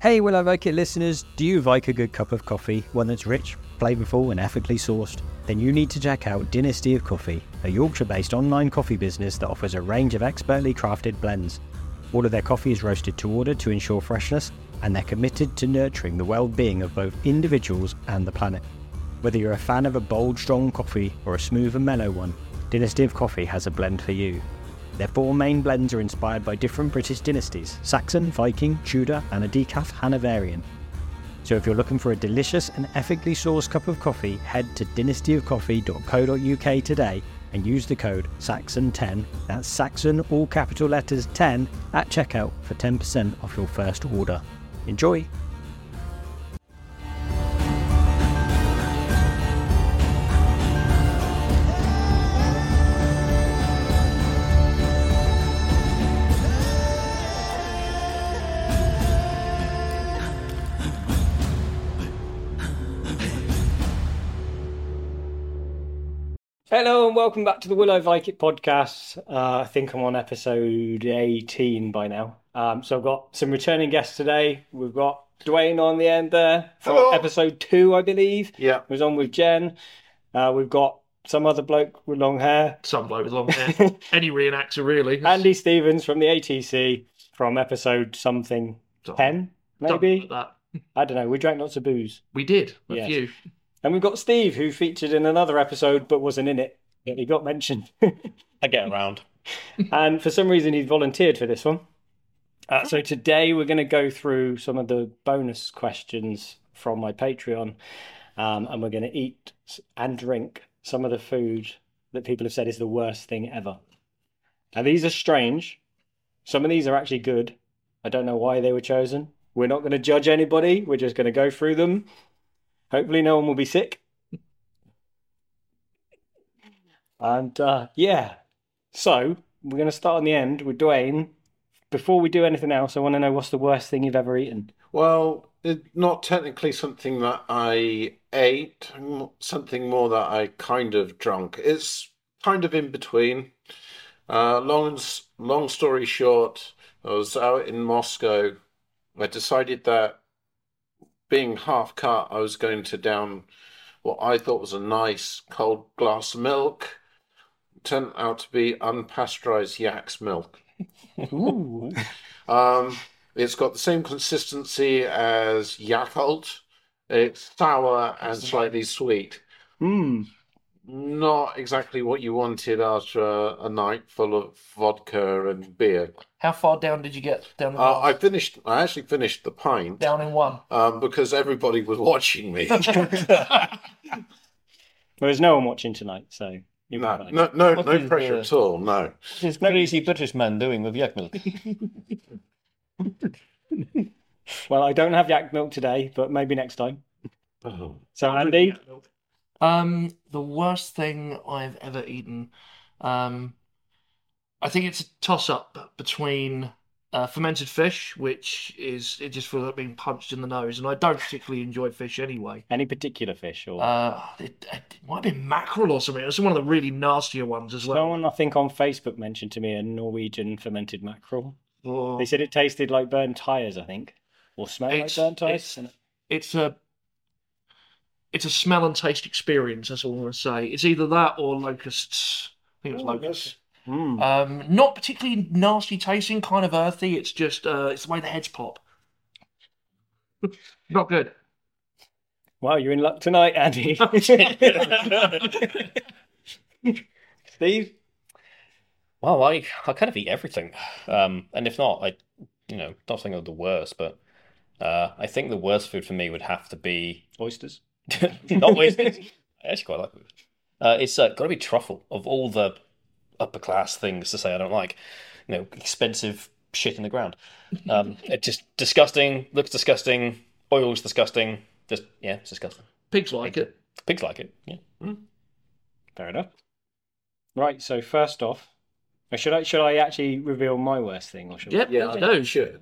Hey, Will I Like It listeners, do you like a good cup of coffee? One that's rich, flavourful, and ethically sourced? Then you need to check out Dynasty of Coffee, a Yorkshire based online coffee business that offers a range of expertly crafted blends. All of their coffee is roasted to order to ensure freshness, and they're committed to nurturing the well being of both individuals and the planet. Whether you're a fan of a bold, strong coffee or a smooth and mellow one, Dynasty of Coffee has a blend for you. Their four main blends are inspired by different British dynasties Saxon, Viking, Tudor, and a decaf Hanoverian. So if you're looking for a delicious and ethically sourced cup of coffee, head to dynastyofcoffee.co.uk today and use the code SAXON10, that's Saxon, all capital letters 10, at checkout for 10% off your first order. Enjoy! Hello and welcome back to the Willow Viking podcast. Uh, I think I'm on episode 18 by now. Um, so I've got some returning guests today. We've got Dwayne on the end there for Hello. episode two, I believe. Yeah, He was on with Jen. Uh, we've got some other bloke with long hair, some bloke with long hair. Any reenactor, really. Andy Stevens from the ATC from episode something Something- 10, something maybe. like that. I don't know. We drank lots of booze. We did a Yes. few. And we've got Steve, who featured in another episode but wasn't in it. But he got mentioned. I get around. and for some reason he's volunteered for this one. Uh, so today we're going to go through some of the bonus questions from my Patreon, um, and we're going to eat and drink some of the food that people have said is the worst thing ever. Now these are strange. Some of these are actually good. I don't know why they were chosen. We're not going to judge anybody. We're just going to go through them. Hopefully, no one will be sick. And uh, yeah, so we're going to start on the end with Dwayne. Before we do anything else, I want to know what's the worst thing you've ever eaten. Well, it, not technically something that I ate, m- something more that I kind of drunk. It's kind of in between. Uh, long, s- long story short, I was out in Moscow. I decided that being half cut, I was going to down what I thought was a nice cold glass of milk. Turned out to be unpasteurized yak's milk. Ooh. Um, it's got the same consistency as Yakult. It's sour and slightly sweet. Hmm. Not exactly what you wanted after a, a night full of vodka and beer. How far down did you get down the Uh, I glass? finished. I actually finished the pint down in one? um, because everybody was watching me. Well, there's no one watching tonight, so you're No, fine. no, no, What no is pressure the- at all. No. This crazy British man doing with yak milk. Well, I don't have yak milk today, but maybe next time. Oh. So, Andy, Um, the worst thing I've ever eaten. Um, I think it's a toss-up between uh, fermented fish, which is it just feels like being punched in the nose, and I don't particularly enjoy fish anyway. any particular fish or Uh, it, it might be mackerel or something. It's one of the really nastier ones as well. someone I think on Facebook mentioned to me a Norwegian fermented mackerel. Or- They said it tasted like burnt tires, I think, or smelled like Oh. It's- burnt tires. it's- it's a it's a smell and taste experience. That's all I'm gonna say. It's either that or locusts. I think it was Oh, locusts. Hmm. Mm. Um, not particularly nasty tasting, kind of earthy. It's just uh, it's the way the heads pop. not good. Wow, you're in luck tonight, Andy. Steve, Well, I I kind of eat everything, um, and if not, I you know not saying I'm the worst, but uh, I think the worst food for me would have to be oysters. not oysters. I actually quite like oysters. Uh, it's uh, got to be truffle of all the upper class things to say I don't like. You know, expensive shit in the ground. Um, it just disgusting. Looks disgusting. Oil's disgusting. Just yeah, it's disgusting. Pigs like it. Pigs like it. Yeah. Fair enough. Right, so first off, or should I should I actually reveal my worst thing or should Yep, Yeah, I I do. should.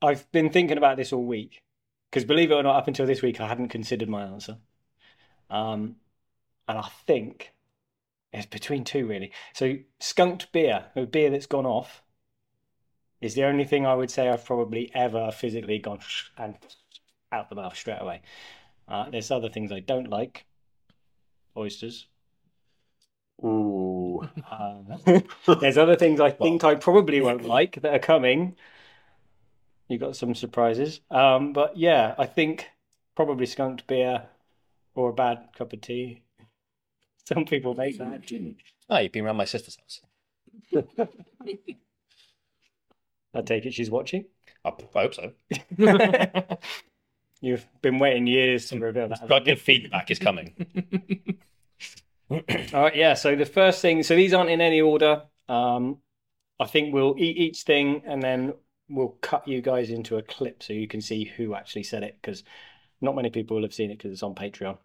I've been thinking about this all week because believe it or not, up until this week, I hadn't considered my answer. Um, and I think it's between two really. So skunked beer, a beer that's gone off, is the only thing I would say I've probably ever physically gone and out the mouth straight away. Uh, there's other things I don't like. Oysters. Ooh. Uh, there's other things I think I probably won't like that are coming. You got some surprises. Um, but yeah, I think probably skunked beer or a bad cup of tea. Some people make that. Oh, you've been around my sister's house. I take it she's watching. I, I hope so. You've been waiting years to reveal that. Constructive feedback is coming. All right, yeah. So the first thing, so these aren't in any order. Um, I think we'll eat each thing and then we'll cut you guys into a clip so you can see who actually said it because not many people will have seen it because it's on Patreon.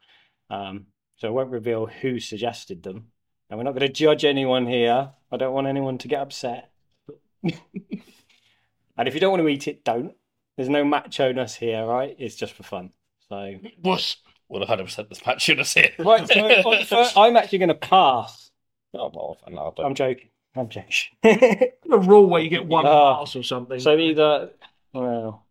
Um, so I won't reveal who suggested them. And we're not going to judge anyone here. I don't want anyone to get upset. and if you don't want to eat it, don't. There's no macho-ness here, right? It's just for fun. So. Wuss. Well, 100% this match should us here. Right, so on the fir- I'm actually going to pass. Oh, well, I don't know, I don't- I'm joking. I'm joking. A rule where you get one Ah. pass or something. so either, well,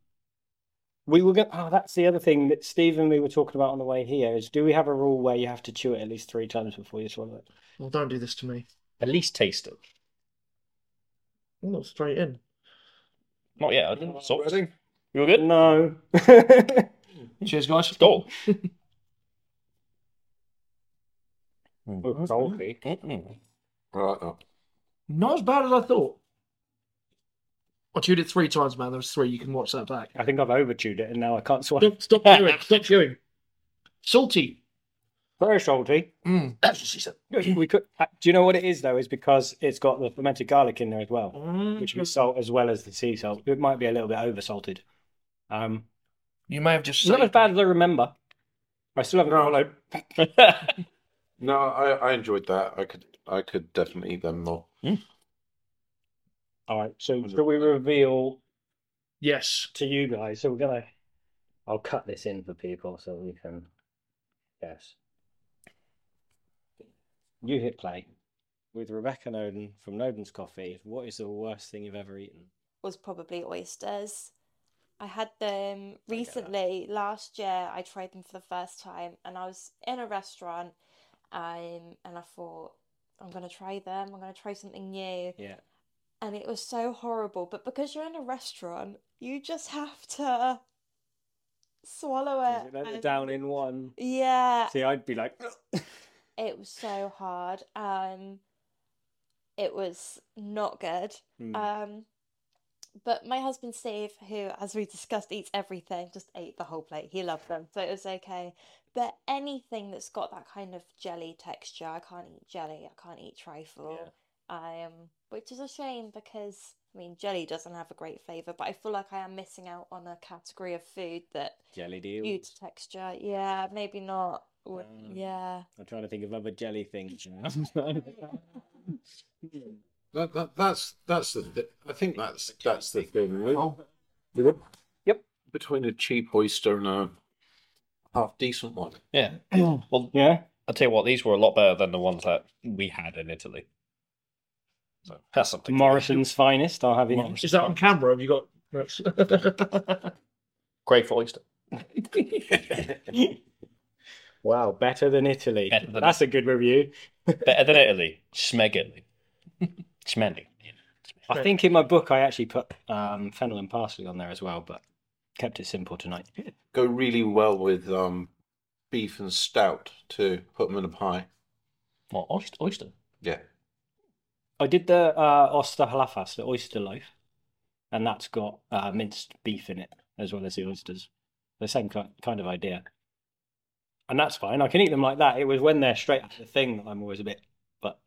we were going. Oh, that's the other thing that Steve and we were talking about on the way here is: do we have a rule where you have to chew it at least three times before you swallow it? well, don't do this to me. At least taste it. I'm not straight in. Not yet. I didn't salt. You all good? No. Cheers, guys. Go. Hmm. Salty. Mm-mm. Right, oh. Not as bad as I thought. I chewed it three times, man. There was three. You can watch that back. I think I've over chewed it, and now I can't swallow. Stop, stop chewing. Stop chewing. Salty. Very salty. Mm, that's what she said. We could. uh, Do you know what it is though? Is because it's got the fermented garlic in there as well. Mm. which was salt as well as the sea salt. It might be a little bit oversalted. Um, You may have just it's not as saved- bad as I remember. I still haven't got No. all No, I, I enjoyed that. I could I could definitely eat them more. All right, so shall we reveal Yes. to you guys? So we're gonna. I'll cut this in for people so we can guess. You hit play with Rebecca Noden from Noden's Coffee. What is the worst thing you've ever eaten? was probably oysters. I had them that. recently last year. I tried them for the first time, and I was in a restaurant, um, and I thought I'm gonna try them. I'm gonna try something new, Yeah, and it was so horrible. But because you're in a restaurant, you just have to swallow Is it. it like the and- down in one. Uh, Yeah, See, I'd be like, it was so hard. Um, it was not good. Hmm. Um, but my husband Steve, who, as we discussed, eats everything, just ate the whole plate. He loved them, so it was okay. But anything that's got that kind of jelly texture, I can't eat jelly, I can't eat trifle. Um, which is a shame because, I mean, jelly doesn't have a great flavour, but I feel like I am missing out on a category of food that jelly deal. due to texture, yeah, maybe not. would- No. Yeah. I'm trying to think of other jelly things now. That, that that's that's the th- I think that's that's the thing. with- Yep. Between a cheap oyster and a half decent one. Yeah. Well, yeah. I'll tell you what, these were a lot better than the ones that we had in Italy. So that's something. Morrison's finest, I'll have you know. Morrison's Is that on camera? Have you got? that's- Great for oyster. Wow, better than Italy. Better than- That's a good review. Better than Italy. Schmeg Italy. Schmendy. I think in my book I actually put um, fennel and parsley on there as well, but kept it simple tonight. Go really well with um beef and stout to put them in a pie. Well, oyster. oyster. Yeah. I did the uh, oyster halafas, the oyster loaf, and that's got uh, minced beef in it as well as the oysters. The same ki- kind of idea. And that's fine. I can eat them like that. It was when they're straight out of the thing that I'm always a bit, but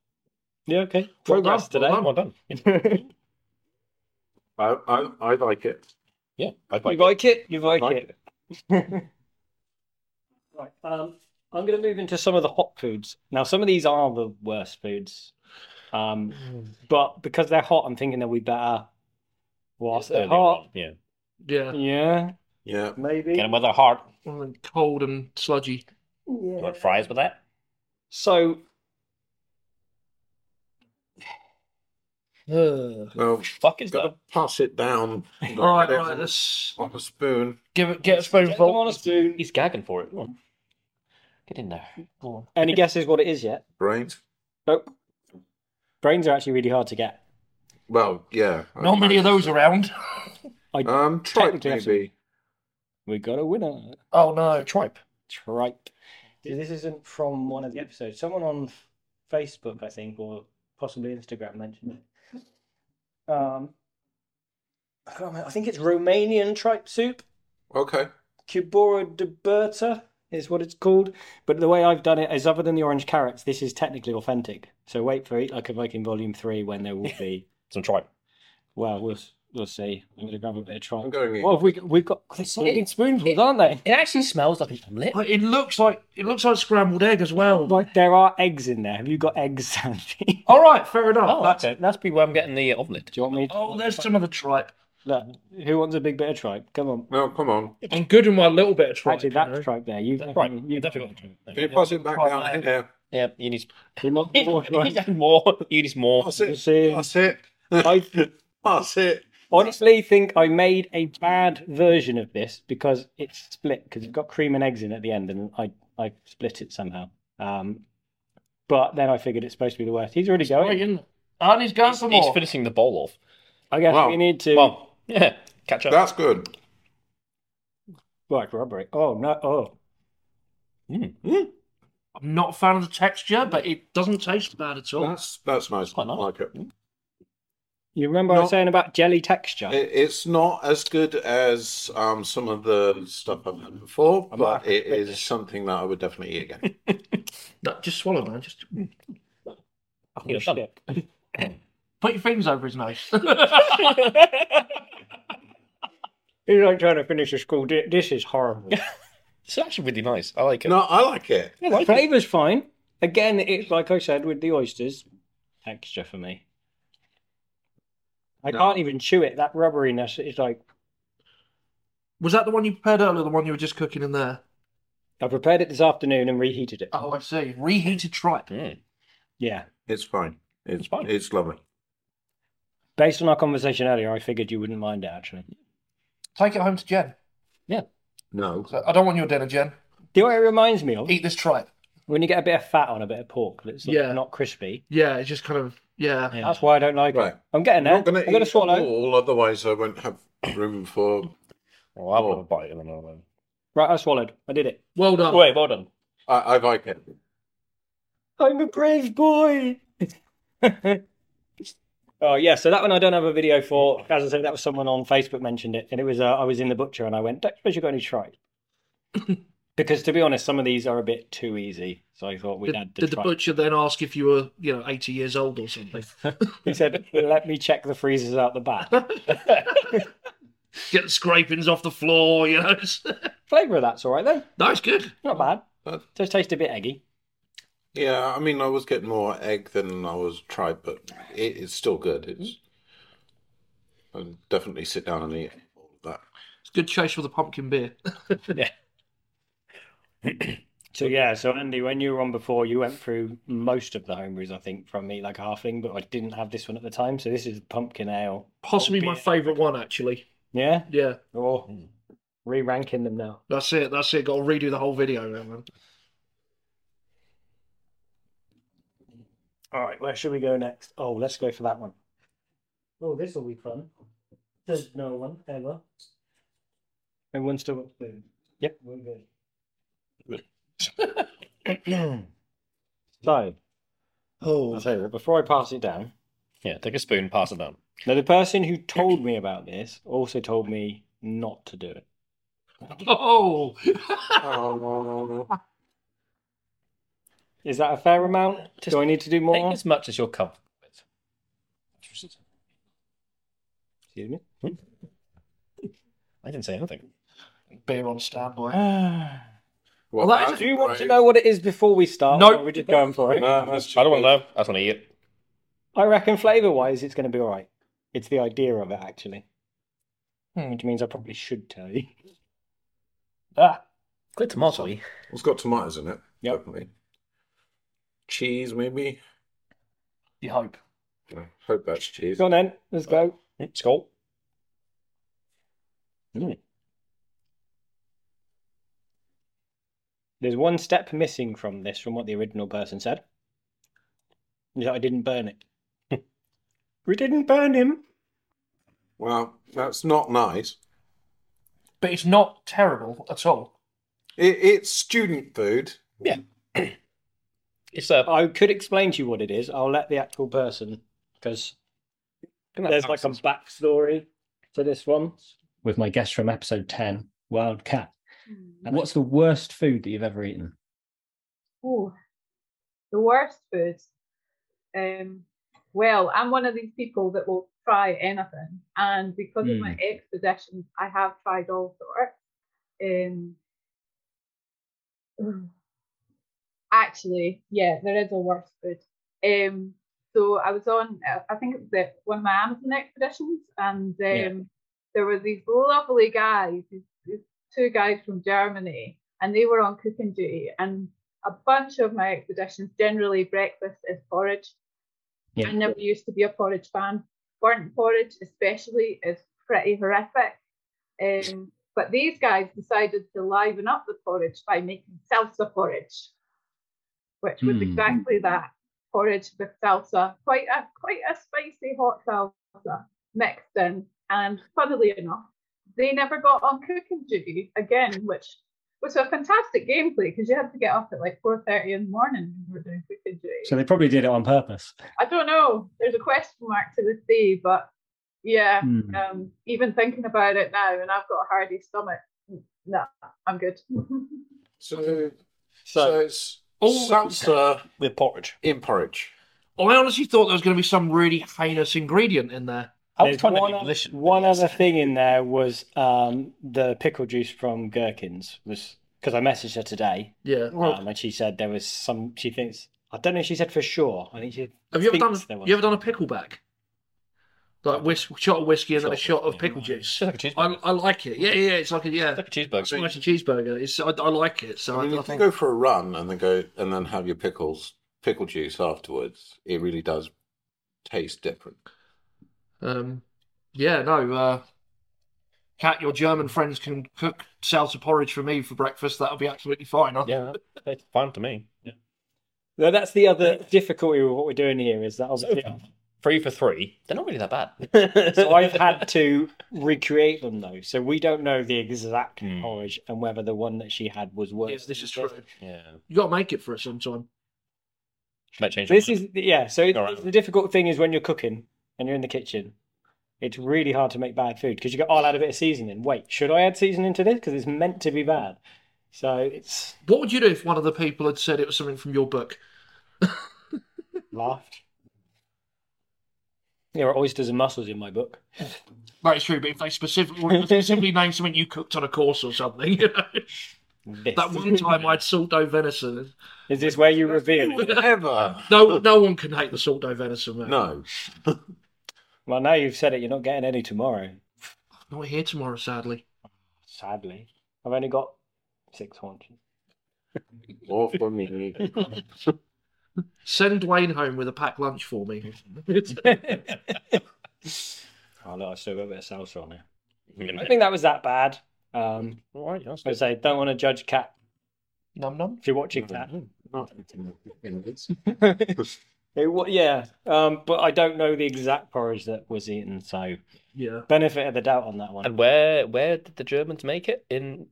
yeah, okay. Well done, Progress well today. Well done. I I, I like it. Yeah. I'd You like it? You like, Like it. right. Um, I'm going to move into some of the hot foods. Now, some of these are the worst foods. Um, Mm. but because they're hot, I'm thinking they'll be better whilst It's they're earlier hot. on, Yeah. yeah. Yeah, Yeah. Get maybe. them with a heart. Well, then cold and sludgy. You want fries with that? So Ugh. Well, fuck is gotta that? pass it down. All right, right. Let's On a spoon. give it. Get a Get them on spoonful. a spoon. He's gagging for it. Come on. Get in there. Go on. Any guesses what it is yet? Brains. Nope. Brains are actually really hard to get. Well, yeah. I Not many of imagine. those around. Um, tripe Technically, actually. maybe. We got a winner. Oh no, tripe. Tripe. This isn't from one of the episodes. Someone on Facebook, I think, or possibly Instagram mentioned it. Um, I can't remember. I think it's Romanian tripe soup. Okay. Cubora de Berta is what it's called. But the way I've done it is, other than the orange carrots, this is technically authentic. So wait for Eat Like a Viking Volume 3 when there will be. Some tripe. well, we'll we'll see. I'm going to grab a bit of tripe. I'm going in. What have we got? We've got fucking spoonfuls, aren't they? It actually smells like an omelette. But It looks like it looks like scrambled egg as well. Like there are eggs in there. Have you got eggs, Sandy? All right, fair enough. Oh, That's- that's it. That's probably where I'm getting the omelette. Do you want me? To... Oh, there's some of the tripe. Look, who wants a big bit of tripe? Come on. No, come on. I'm good with my little bit of tripe. Actually, you that's know. tripe there. You, That's right. you You definitely got the Can you tripe. pass it back Tripe down there. here? Yeah, you need. you're not- you need more. You need more. Pass it. See? Pass it. I- Pass it. honestly think I made a bad version of this because it's split because it's got cream and eggs in at the end, and I I split it somehow. Um, but then I figured it's supposed to be the worst. He's already Right, going. isn't it? And he's going for He's more. finishing the bowl off. I guess Wow. we need to. Well, yeah. Catch up. That's good. Right, robbery. Oh no! Oh, Hmm. Hmm. I'm not a fan of the texture, but it doesn't taste bad at all. Hmm. That's that's nice. Quite I nice. like it. you remember I was No. saying about jelly texture? It- It's not as good as um, some of the stuff I've had before, I'm but not- it is something that I would definitely eat again. No, just swallow, man. Just hmm. You know, done. put your fingers over his nose. He's like trying to finish a school. di- This is horrible. It's actually really nice. I like it. No, I like it. I like Flavor's fine. Again, it's like I said with the oysters, texture for me. I No. can't even chew it. That rubberiness is like Was that the one you prepared earlier? The one you were just cooking in there? I prepared it this afternoon and reheated it. Oh, I see. Reheated tripe. Mm. Yeah. It's fine. It's fine. It's lovely. Based on our conversation earlier, I figured you wouldn't mind it actually. Take it home to Jen. No, So, I don't want your dinner, Jen. Do you know what it reminds me of? Eat this tripe. When you get a bit of fat on a bit of pork that's like Yeah. not crispy. Yeah, it's just kind of yeah. That's why I don't like right. it. I'm getting there. I'm not going I'm gonna to eat swallow. all, otherwise I won't have room for. Well, I'll Oh, have a bite and then I'll. um, Right, I swallowed. I did it. Well done. Wait, well done. I, I like it. I'm a brave boy. oh yeah, so that one I don't have a video for. As I said, that was someone on Facebook mentioned it, and it was uh, I was in the butcher and I went, "Don't suppose you got any tripe?" because to be honest, some of these are a bit too easy. So I thought we'd Did, add the did the tripe. butcher then ask if you were, you know, 80 years old or something? He said, "Let me check the freezers out the back." Get the scrapings off the floor, you know. Flavour of that's all right though. no, it's good. Not bad. That- Does taste a bit eggy. Yeah, I mean, I was getting more egg than I was tripe, but it, it's still good. It's. Hmm. I'll definitely sit down and eat all of that. It's a good chase for the pumpkin beer. So yeah, so Andy, when you were on before, you went through most of the homebrews, I think, from me like a halfling, but I didn't have this one at the time. So this is pumpkin ale. Possibly my Beer. favourite one, actually. Yeah. Yeah, Or re-ranking them now. that's it. That's it. Got to redo the whole video now, man. All right, where should we go next? Oh, let's go for that one. oh, this will be fun. There's no one ever. Everyone still got food. Yep, We're good. so I'll Oh, tell you what, before I pass it down, Yeah, take a spoon, pass it down. now the person who told me about this also told me not to do it. oh, Oh. Is that a fair amount? do I need to do more? Take as much as you're comfortable with. Excuse me. Hmm? I didn't say anything. beer on standby. Well, that is- that's Do you want to great. know what it is before we start? No. or are Oh, we just going for it. No, that's I don't want to know. I just want to eat it. I reckon flavour wise, it's going to be all right. It's the idea of it, actually. Hmm, Which means I probably should tell you. Ah, good tomato. It's got tomatoes in it. Yep. Definitely. Cheese, maybe. You hope. I hope that's cheese. Go on then. Let's go. It's cool. Hmm. Mm. There's one step missing from this, from what the original person said. Is that I didn't burn it. we didn't burn him. Well, that's not nice. But it's not terrible at all. It, it's student food. It's a I could explain to you what it is. I'll let the actual person, because there's like a backstory to this one. with my guest from episode 10, Wild Cat. What's the worst food that you've ever eaten? Oh, the worst food. Um, well, I'm one of these people that will try anything, and because of my expeditions, I have tried all sorts. Um, actually, yeah, there is a worse food. Um, so I was on, uh, I think it was the, one of my Amazon expeditions, and um, Yeah. there were these lovely guys, these, these two guys from Germany, and they were on cooking duty. And a bunch of my expeditions, generally breakfast is porridge. Yeah. I never used to be a porridge fan. Burnt porridge, especially, is pretty horrific. Um, but these guys decided to liven up the porridge by making salsa porridge, which was Hmm. exactly that porridge with salsa, quite a quite a spicy hot salsa mixed in. And funnily enough, they never got on cooking duty again, which was a fantastic gameplay because you had to get up at like 4.30 in the morning when you were doing cooking duty. So they probably did it on purpose. I don't know. There's a question mark to this day, but yeah, Hmm. um, even thinking about it now, and I've got a hardy stomach. No, I'm good. So, so So, it's Oh. salsa with porridge. in porridge. I honestly thought there was going to be some really heinous ingredient in there. I was there's trying to one, be o- delicious. one other thing in there was um, the pickle juice from Gherkins was because I messaged her today Yeah. um, and she said there was some. She thinks I don't know. if She said for sure. I think she. Have you ever done? thinks there was. You ever done a pickleback? Like whis- shot of whiskey and then a Shot shot of of whiskey, pickle yeah. It's juice. like a cheeseburger. I, I like it. Yeah, yeah, it's like a yeah, It's like a cheeseburger. smash and cheeseburger. It's I, I like it. So I I, mean, I you can think go for a run and then go and then have your pickles, pickle juice afterwards. It really does taste different. Um, yeah, no. Uh, Kat, your German friends can cook salsa porridge for me for breakfast. That'll be absolutely fine. I- Yeah, it's fine to me. Yeah. No, that's the other difficulty with what we're doing here is that obviously Three for three. They're not really that bad. so I've had to recreate them though, so we don't know the exact Hmm. porridge and whether the one that she had was worse. Yes, this than is true. Yeah. You got to make it for us sometime. Might change. This is yeah. So it's, All right. it's the difficult thing is when you're cooking and you're in the kitchen, it's really hard to make bad food because you go, oh, I'll add a bit of seasoning. Wait, should I add seasoning to this because it's meant to be bad? So it's What would you do if one of the people had said it was something from your book? laughed. There are oysters and mussels in my book. That is true. But if they specifically specifically named something you cooked on a course or something, you know, This. that one time I had saldo venison. is this where you reveal it? Ever? No, no one can hate the saldo venison. Man. No. Well, now you've said it, you're not getting any tomorrow. not here tomorrow, sadly. Sadly, I've only got six haunches. Or for me. Send Dwayne home with a packed lunch for me. Oh look, I still got a bit of salsa on there. I All think that was that bad. Um, right, that's I say, don't want to judge cat Num num. if you're watching that. Not in this. It wa yeah, um, but I don't know the exact porridge that was eaten, so Yeah. benefit of the doubt on that one. And where where did the Germans make it in?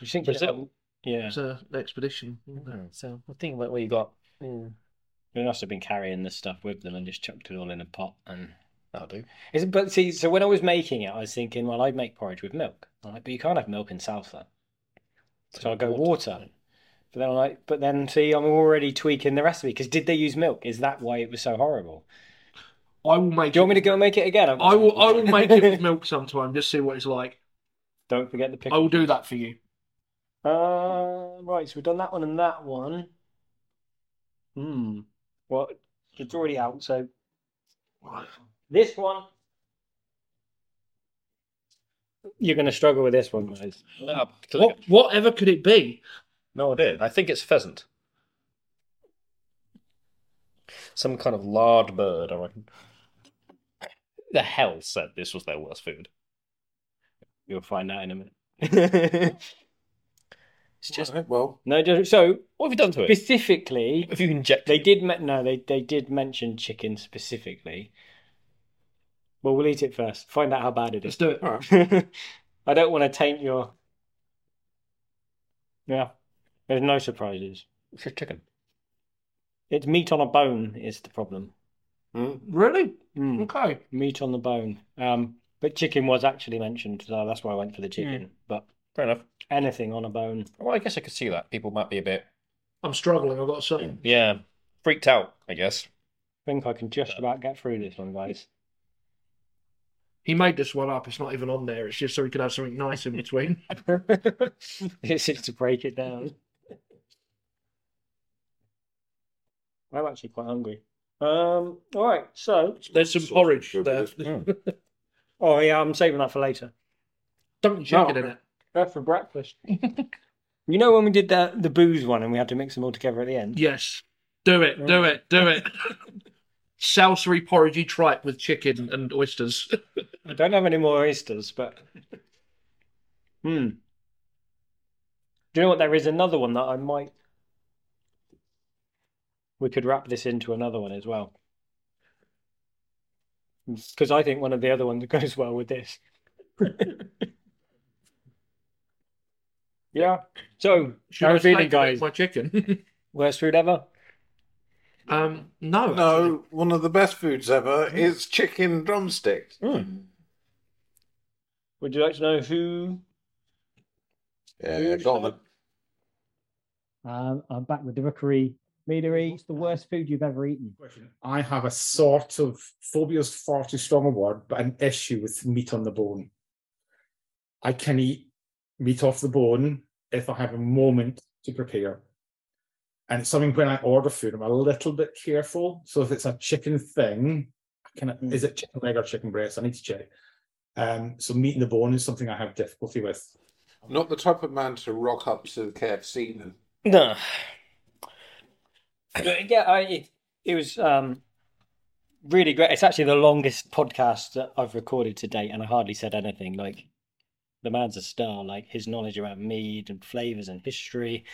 you think Brazil? Yeah, It's uh, an expedition. wasn't it? So I think about where you got. they must have been carrying this stuff with them and just chucked it all in a pot. And That'll do. is it, but see, so when I was making it, I was thinking, well, I'd make porridge with milk. I'm like, but you can't have milk and salsa, so I'll go water. But then I'm like, but then see, I'm already tweaking the recipe because did they use milk? Is that why it was so horrible? I will make. Do you want me to it- go make it again? I will. I will make it with milk sometime. Just see what it's like. Don't forget the I pickle. will do that for you. Uh, right, so we've done that one and that one. Hmm. Well, it's already out, so this one. You're going to struggle with this one, guys. Ah, What? Whatever could it be? No, I did. I think it's pheasant. Some kind of lard bird, I reckon. The hell said this was their worst food. You'll find out in a minute. It's just Alright, well, no, just, so what have you done to it? specifically, If you inject they did. Me- no, they they did mention chicken specifically. Well, we'll eat it first. Find out how bad it Let's is. do it. I don't want to taint your. Yeah, there's no surprises. it's just chicken. It's meat on a bone is the problem. Hmm. mm, Really? Mm. Okay. Meat on the bone. Um, but chicken was actually mentioned, so that's why I went Hmm. for the chicken. But Fair enough. anything on a bone, Well, I guess I could see that people might be a bit, I'm struggling. I've got something. yeah, freaked out. I guess. I think I can just about get through this one, guys. He made this one up. It's not even on there. It's just so he could have something nice in between. It's just to break it down. I'm actually quite hungry. Um, all right, so There's some porridge there. oh yeah, I'm saving that for later. Don't check it in it. That's for breakfast. you know when we did that the booze one and we had to mix them all together at the end? Yes. Do it. Do it. Do it. Salisbury porridgey tripe with chicken and oysters. I don't have any more oysters, but hmm. Do you know what? There is another one that I might. We could wrap this into another one as well, because I think one of the other ones goes well with this. yeah. So, Should how I are you feeling, take guys? My Oh, chicken. Worst food ever. um, no. actually. no, one of the best foods ever is chicken drumsticks. Hmm. Would you like to know who? Yeah, got the Um, I'm back with the rookery. Meadery, what's the worst food you've ever eaten? I have a sort of phobia's far too strong a word, but an issue with meat on the bone. I can eat meat off the bone if I have a moment to prepare. And it's something when I order food, I'm a little bit careful. So if it's a chicken thing, I can is it chicken leg or chicken breast? I need to check. Um, so meat in the bone is something I have difficulty with. I'm not the type of man to rock up to the KFC then. No. But yeah, I it, it was um really great. It's actually the longest podcast that I've recorded to date, and I hardly said anything. Like the man's a star. Like his knowledge around mead and flavors and history.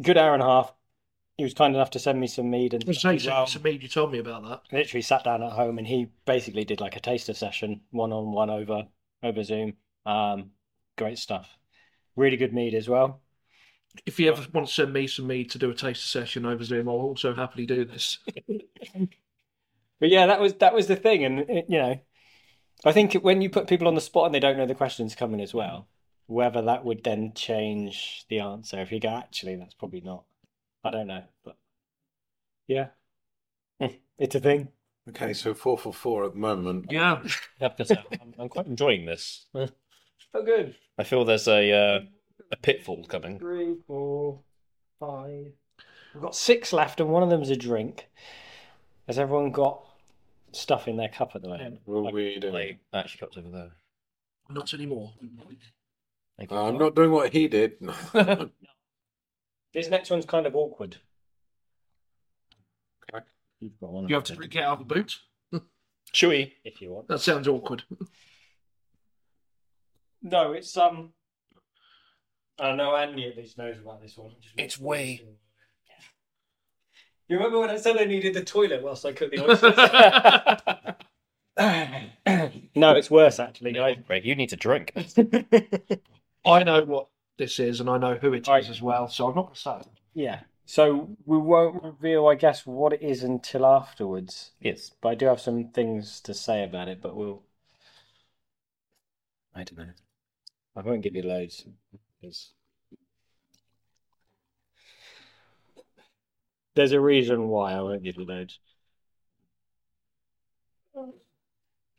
Good hour and a half. He was kind enough to send me some mead and I was saying as well. something to me. You told me about that. literally sat down at home and he basically did like a taster session one on one over over Zoom. Um, great stuff. Really good mead as well. If you ever want to send me some mead to do a taster session over Zoom, I'll also happily do this. But yeah, that was that was the thing, and it, you know, I think when you put people on the spot and they don't know the questions coming as well, whether that would then change the answer. If you go, actually, that's probably not. I don't know, but yeah, Hmm, it's a thing. Okay, so four for four at the moment. Yeah. Yeah, because I'm, I'm- I'm quite enjoying this. Oh, good. I feel there's a uh, a pitfall coming. Three, four, five. We've got six left, and one of them's a drink. Has everyone got stuff in their cup at the moment? Well, we do. Like, actually, cups over there. Not anymore. Thank you. Uh, I'm not doing what he did. This next one's kind of awkward. Okay. You've got one. You have to get out of the boot. Chewy. if you want. That sounds awkward. No, it's um. I know Andy at least knows about this one. Just- It's way- You remember when I said I needed the toilet whilst I cooked the oysters? no, it's worse actually. I, Greg, you need to drink. I know what this is and I know who it is Right. as well, so I'm not going to say it. yeah. So we won't reveal, I guess, what it is until afterwards. yes. But I do have some things to say about it. But we'll. I don't know. I won't give you loads. 'cause- There's a reason why I won't give you loads.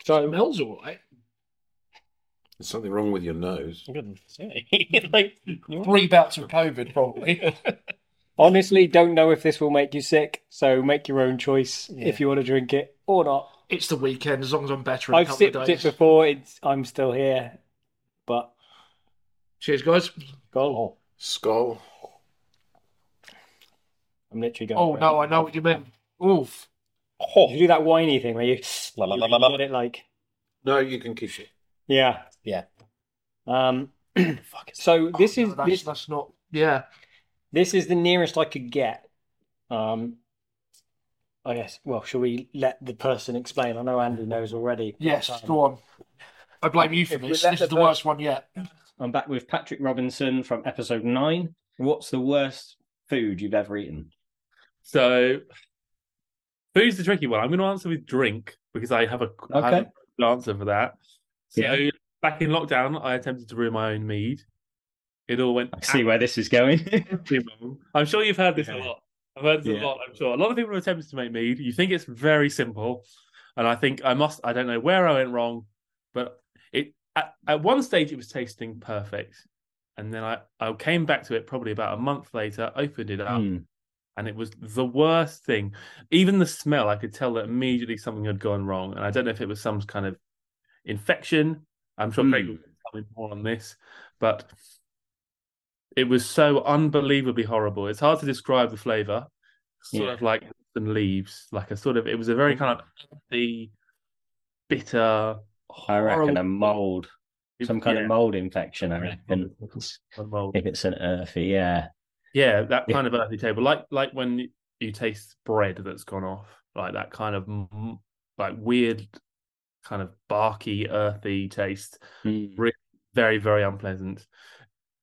So Smells all right. There's something wrong with your nose. Good. like, you're- Three bouts of COVID, probably. honestly, don't know if this will make you sick. So make your own choice Yeah. if you want to drink it or not. it's the weekend, as long as I'm better in a I've couple sipped of it days. before. It's I'm still here, but Cheers, guys. God, Skull. I'm literally going. Oh, for it. no, I know what you mean. Oof. You do that whiny thing where you, La, la, you la, la, la. get it like No, you can keep it. yeah Yeah. Um, so this Oh, is no, that's, this, that's not. Yeah. this is the nearest I could get. Um, I guess. Well, shall we let the person explain? I know Andy knows already. Yes. Um, Go on. I blame you for If we this. let This the is the first- worst one yet. I'm back with Patrick Robinson from episode nine. What's the worst food you've ever eaten? So, food's the tricky one. I'm going to answer with drink because I have a I have Okay. a good answer for that. So, Yeah. back in lockdown, I attempted to brew my own mead. It all went I see where this is going. absolutely wrong. I'm sure you've heard this a Okay. lot. I've heard this Yeah. a lot. I'm sure a lot of people have attempted to make mead. You think it's very simple, and I think I must. I don't know where I went wrong, but it at, at one stage it was tasting perfect, and then I I came back to it probably about a month later, opened it up, Hmm. and it was the worst thing. Even the smell, I could tell that immediately something had gone wrong. And I don't know if it was some kind of infection. I'm sure Craig Hmm. will tell me more on this, but it was so unbelievably horrible. It's hard to describe the flavor. Sort Yeah. of like some leaves, like a sort of. It was a very kind of earthy, bitter. I reckon horrible- a mold, some kind of mold infection. I reckon Yeah, a mold. if it's an earthy, yeah, Yeah, that Yeah. kind of earthy table, like like when you taste bread that's gone off, like that kind of m- like weird, kind of barky, earthy taste. Hmm. Very very unpleasant.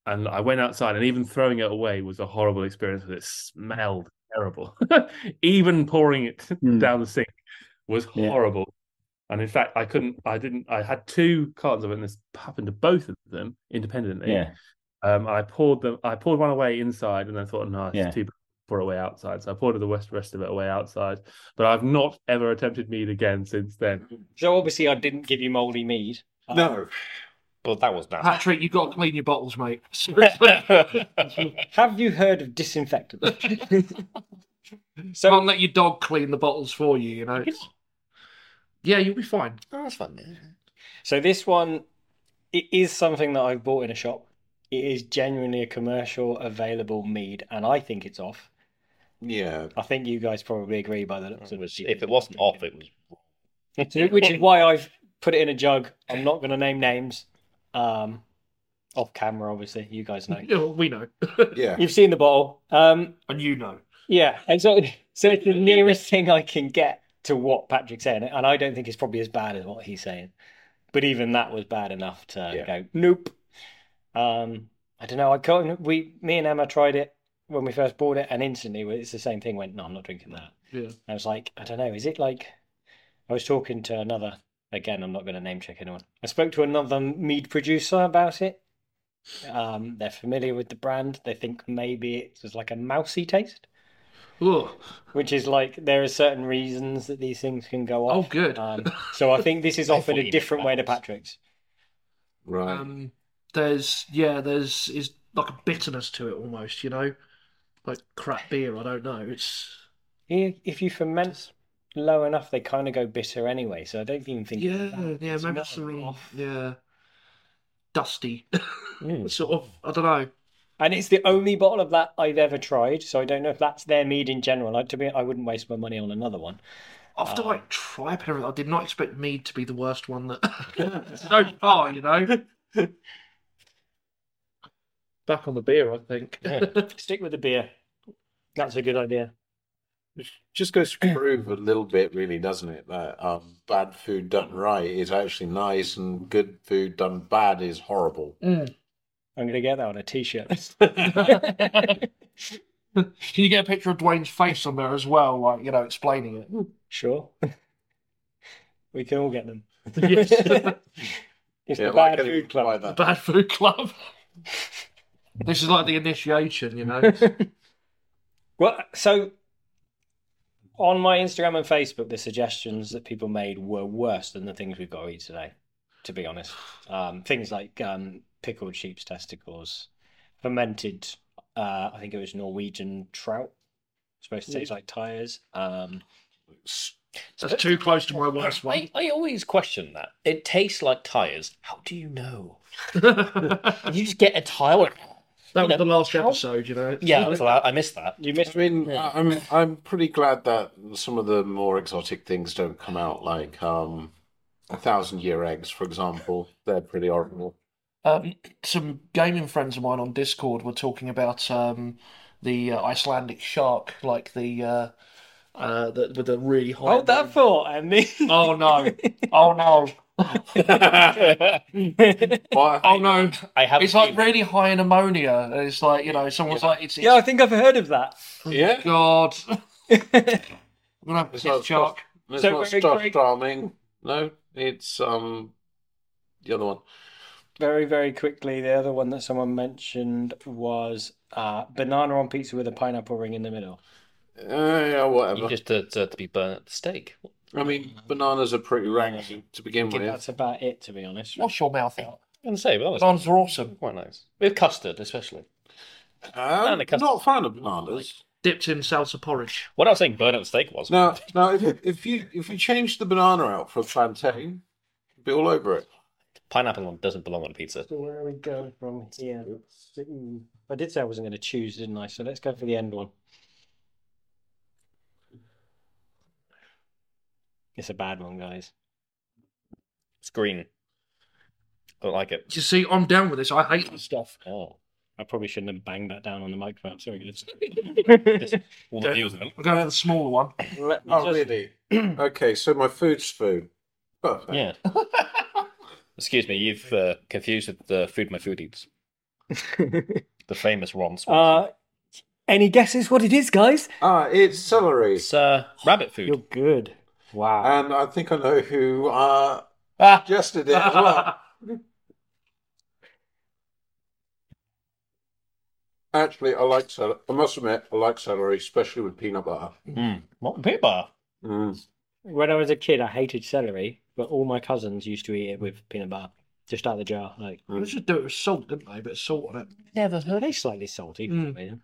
And I went outside, and even throwing it away was a horrible experience. Because it smelled terrible. even pouring it Hmm. down the sink was Yeah. horrible. And in fact, I couldn't. I didn't. I had two cartons of it, and this happened to both of them independently. yeah, Um, I poured them. I poured one away inside, and then thought, no, it's Yeah. too bad to pour it away outside. So I poured the rest, rest of it away outside. But I've not ever attempted mead again since then. So obviously, I didn't give you moldy mead. Um, No, Well, that was nasty. Patrick, you've got to clean your bottles, mate. Seriously. Have you heard of disinfectant? So Can't let your dog clean the bottles for you. You know. It's- Yeah, you'll be fine. Oh, that's fun. So this one, it is something that I've bought in a shop. It is genuinely a commercial available mead, and I think it's off. yeah. I think you guys probably agree by the looks of was, it. if it wasn't off, it was. So- which is why I've put it in a jug. I'm not going to name names, um, off camera, obviously. You guys know. Yeah, well, we know, Yeah. You've seen the bottle. Um, and you know. yeah, and so so it's the nearest thing I can get to what Patrick's saying, and I don't think it's probably as bad as what he's saying. But even that was bad enough to Yeah. go, nope. Um, I don't know. I can't. We, me and Emma tried it when we first bought it, and instantly it's the same thing. Went, no, I'm not drinking that. Yeah. I was like, I don't know. Is it like? I was talking to another. Again, I'm not going to name check anyone. I spoke to another mead producer about it. Um, they're familiar with the brand. They think maybe it's just like a mousy taste Ugh. which is like there are certain reasons that these things can go Oh, off. good. Um, so I think this is I offered thought you a meant different way to apples. Patrick's. Right. Um, there's yeah, there's is like a bitterness to it almost, you know, like crap beer. I don't know. It's Yeah, If you ferment low enough, they kind of go bitter anyway. So I don't even think it's yeah, that. yeah, It's not maybe that's the wrong off. yeah, dusty sort of. I don't know. Hmm. And it's the only bottle of that I've ever tried. So I don't know if that's their mead in general. Like, to be, I wouldn't waste my money on another one. Uh, After like tripe and everything, I did not expect mead to be the worst one that so far, you know. Back on the beer, I think. Stick with the beer. That's a good idea. Just goes to prove a little bit, really, doesn't it? That um, bad food done right is actually nice, and good food done bad is horrible. Hmm. I'm going to get that on a t-shirt. Can you get a picture of Dwayne's face on there as well, like you know, explaining it? Sure. We can all get them. Yes. It's Yeah, the like bad anything food club. like that. Bad Food Club. this is like the initiation, you know. Well, so on my Instagram and Facebook, the suggestions that people made were worse than the things we've got to eat today, to be honest. Um, things like um, pickled sheep's testicles, fermented, uh, I think it was Norwegian trout, supposed to taste like tires. Um, That's too close to my worst one. I, I always question that. It tastes like tires. How do you know? yeah, You just get a tire. That You was know, the last episode, you know. Yeah, so I, I missed that. You missed. I mean, I- I'm I'm pretty glad that some of the more exotic things don't come out, like um, a thousand year eggs, for example. They're pretty horrible. Um, some gaming friends of mine on Discord were talking about um, the uh, Icelandic shark, like the uh, uh, the, with the really high. Hold that thought, Andy. Oh no! Oh no! oh no! I have. It's like really high in ammonia. and It's like you know, someone's like, it's, Yeah, I think I've heard of that. Yeah. God. I'm gonna have a It's piss not shark. stuff- It's So not very stuffed great- ramen. No, it's um the other one. Very, very quickly, the other one that someone mentioned was uh, banana on pizza with a pineapple ring in the middle. Uh, yeah, whatever. You just deserve to, be burnt at the stake. I mean, bananas are pretty rank to begin Thinking with. that's about it, to be honest. Wash your mouth out. I'm gonna say, but that was Bananas are awesome. quite nice with custard, especially. Um, and a custard. not a fan of bananas. Dipped in salsa porridge. What I was saying, burnt at the stake was. Now, now, if, if you if you change the banana out for a plantain, you'd be all over it. Pineapple on doesn't belong on a pizza. So where are we going from here? I did say I wasn't going to choose, didn't I? So let's go for the end one. It's a bad one, guys. It's green. I don't like it. You see, I'm down with this. I hate this stuff. Oh, I probably shouldn't have banged that down on the microphone. Sorry, guys. all the views of them. We're going for the smaller one. Oh, really? okay, so my food's food. Perfect. Yeah. Excuse me, you've uh, confused with the food my food eats. the famous Ron Swanson. Uh, any guesses what it is, guys? Ah, it's celery, it's uh, rabbit food. You're good. Wow. and I think I know who uh, Ah. suggested it as well. Actually, I like celery. I must admit, I like celery, especially with peanut butter. Hmm. Mm. What peanut butter? Mm. When I was a kid, I hated celery, but all my cousins used to eat it with peanut butter, just out of the jar. Like They should do it with salt, didn't they? A bit of salt on it. never heard. They slightly salty. for Mm. some reason.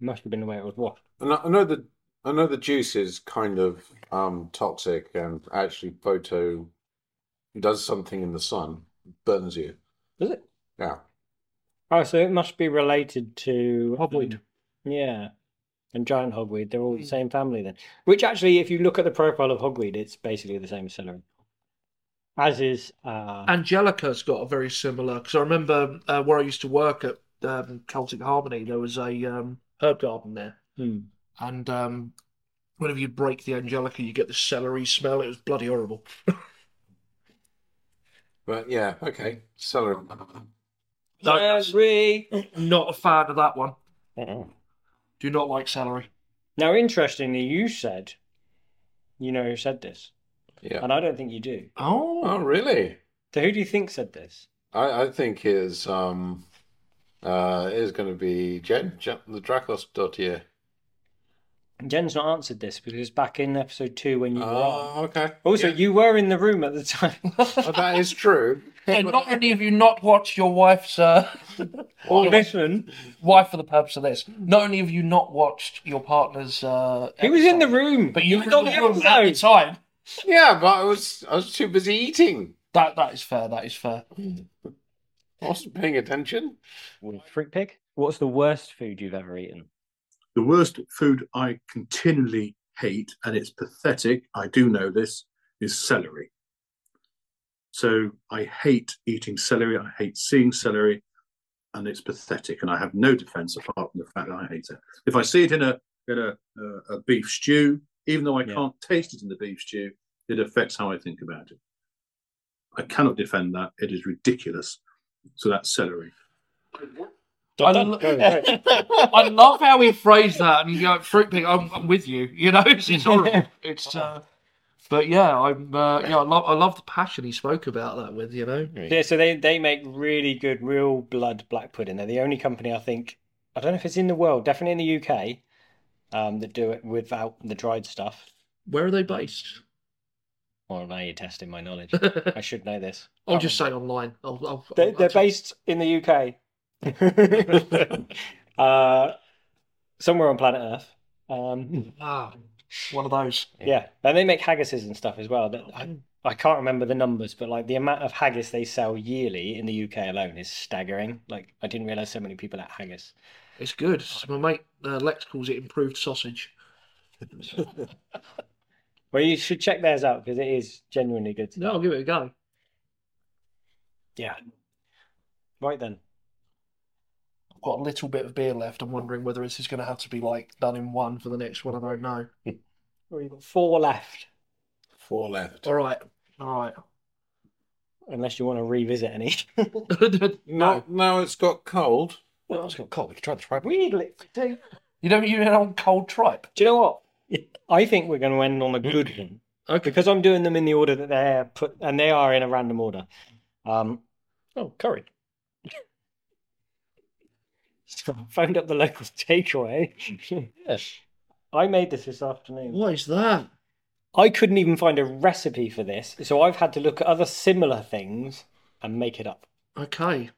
Must have been the way it was washed. And I, I know the I know the juice is kind of um, toxic, and actually, photo does something in the sun, burns you. Is it? Yeah. Oh, so it must be related to mm, Hobweed. yeah, and giant hogweed. They're Mm. all the same family then. Which actually, if you look at the profile of hogweed, it's basically the same as celery. As is uh, Angelica's got a very similar because I remember uh, where I used to work at um, Celtic Harmony, there was a um, herb garden there, hmm. and um, whenever you break the Angelica, you get the celery smell. It was bloody horrible. But yeah, okay, celery. No, celery. Not a fan of that one. Mm-mm. Do not like celery. Now, interestingly, you said, you know, who said this, Yeah. and I don't think you do. Oh, Oh, really? So, who do you think said this? I, I think is um uh is going to be Jen, Jen the Dracos Dottier. Jen's not answered this because back in episode two when you were on. Ah, Oh, okay. Also, Yeah. you were in the room at the time. Oh, that is true. and not only have you not watched your wife's uh, Or listen, wife for the purpose of this, not only have you not watched your partner's. Uh, he was in the episode, room. but He you were was not on the the room at the episode. time. Yeah, but I was I was too busy eating. That that is fair. That is fair. I wasn't paying attention. Freak pig. What's the worst food you've ever eaten? The worst food I continually hate, and it's pathetic, I do know this, is celery. So I hate eating celery, I hate seeing celery, and it's pathetic. And I have no defense apart from the fact that I hate it. If I see it in a in a, a, a beef stew, even though I Yeah. can't taste it in the beef stew, it affects how I think about it. I cannot defend that. It is ridiculous. So that's celery. Dun, I dun. lo- I love how we phrase that and you know, fruit pig. I'm, I'm with you. You know, it's, it's horrible. It's, uh, but yeah, I'm. Uh, yeah, I love. I love the passion he spoke about that with. You know, Yeah, so they, they make really good real blood black pudding. They're the only company I think I don't know if it's in the world, definitely in the UK, um, that do it without the dried stuff. where are they based? Or now you're testing my knowledge. I I'll should know this. just say online. I'll, I'll, They, I'll- they're based in the UK, uh, somewhere on planet Earth. Um, Ah, one of those. yeah, and they make haggises and stuff as well. But I I can't remember the numbers, but like the amount of haggis they sell yearly in the UK alone is staggering. Like I didn't realize so many people ate haggis. It's good. My mate uh, Lex calls it improved sausage. Well, you should check theirs out because it is genuinely good. No, I'll give it a go. Yeah. Right then. I've got a little bit of beer left. I'm wondering whether this is going to have to be like done in one for the next one. I don't know. Well, you've got four left, Four left. All right. All right. unless you want to revisit any. Not now it's got cold. Well, it's got cold. We can try the tribe. You don't you on cold tripe. Do you know what? I think we're going to end on a good one. Mm. Okay. Because I'm doing them in the order that they're put, and they are in a random order. Um, oh, curry. Found up the local takeaway. yes. I made this this afternoon. What is that? I couldn't even find a recipe for this, so I've had to look at other similar things and make it up. Okay.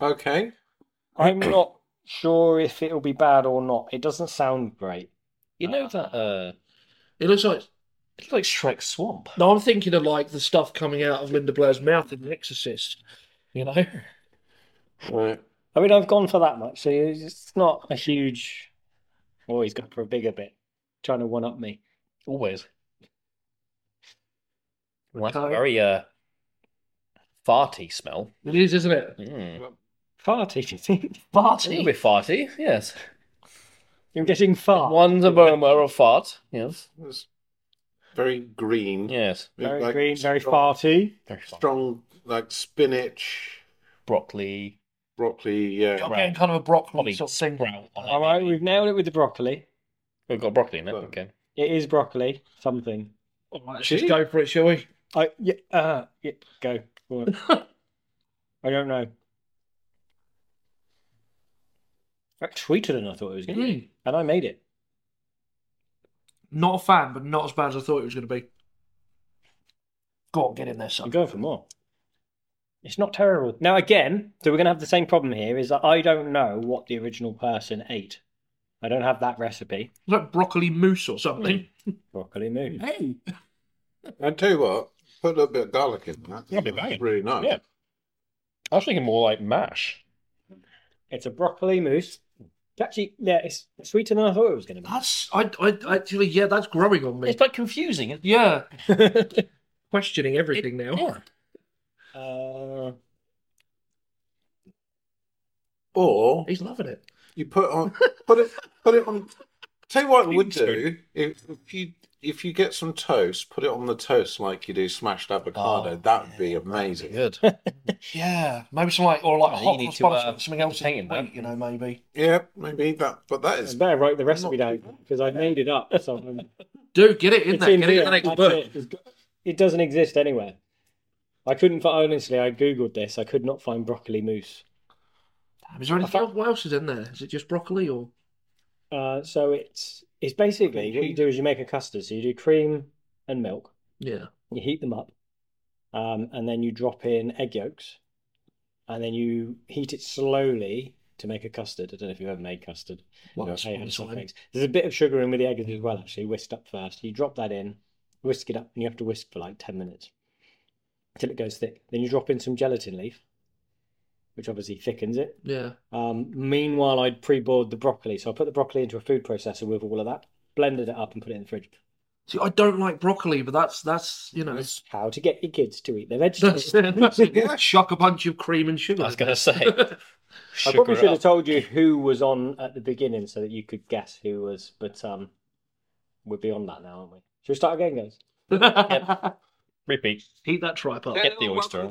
Okay. I'm not sure if it'll be bad or not. It doesn't sound great. You know that uh It looks like it looks like Shrek Swamp. No, I'm thinking of like the stuff coming out of Linda Blair's mouth in The Exorcist. You know? Right. I mean, I've gone for that much, so it's not a huge. Oh, he's gone for a bigger bit, trying to one up me. Always. Well, that's a Curry. very uh farty smell. It is, isn't it? Mm. Farty, do you think? A little bit Farty. farty, yes. You're getting far. One's a aroma of fart, yes. It's very green. Yes. Very green, very farty. Very far. Strong, like spinach, Broccoli. broccoli. Yeah. I'm getting kind of a broccoli Probably sort of thing. sprout. All right, we've nailed it with the broccoli. We've got broccoli in it. Okay. It is broccoli, something. All right, let's just go for it, shall we? I yeah, uh, yeah, go. for it. I don't know. That's sweeter than I thought it was going to be, Mm. and I made it. Not a fan, but not as bad as I thought it was going to be. Go on, get in there, I'm son. going for more. It's not terrible. Now again, so we're going to have the same problem here: is that I don't know what the original person ate. I don't have that recipe. Hmm. It's like broccoli mousse or something. Broccoli mousse. Hey, I tell you what, put a little bit of garlic in that. That'd be That's banging. really nice. Yeah. I was thinking more like mash. It's a broccoli mousse. It's Actually, yeah, it's sweeter than I thought it was going to be. that's I, I actually yeah, that's growing on me. It's like confusing. isn't it? Yeah, questioning everything now. Yeah. Uh, Or He's loving it. you put on, put it, put it on. Tell you what, I would do Spoon. if, if you if you get some toast, put it on the toast like you do smashed avocado. Oh, that would be amazing. Good. Yeah, maybe some like or like Oh, you hot need cross to, buns uh, with something else. hang in in the there. plate, you know, maybe. Yeah, maybe that. But that I is better write the recipe down because I made it up. So I'm- Dude, get it in It's there. Get it in here. the next That's book. it. It's go- It doesn't exist anywhere. I couldn't fi- honestly. I googled this. I could not find broccoli mousse. Is there anything else? What else is in there? Is it just broccoli or? Uh, so it's it's basically what you do is you make a custard. So you do cream and milk. Yeah. You heat them up, um, and then you drop in egg yolks, and then you heat it slowly to make a custard. I don't know if you've ever made custard. Well, No, that's I had one soft side. eggs. There's a bit of sugar in with the eggs as well, actually, whisked up first. You drop that in, whisk it up, and you have to whisk for like 10 minutes till it goes thick. Then you drop in some gelatin leaf, which obviously thickens it. Yeah. Um, meanwhile, I'd pre-boiled the broccoli, so I put the broccoli into a food processor with all of that, blended it up, and put it in the fridge. See, I don't like broccoli, but that's that's you know. How to get your kids to eat their That's, vegetables. that's it. Shock a bunch of cream and sugar. I was gonna say. I Sugar probably it should have up. told you who was on at the beginning so that you could guess who was, but um, we're beyond that now, aren't we? Should we start again, guys? Repeat. Heat that tripe up. Get the oyster on.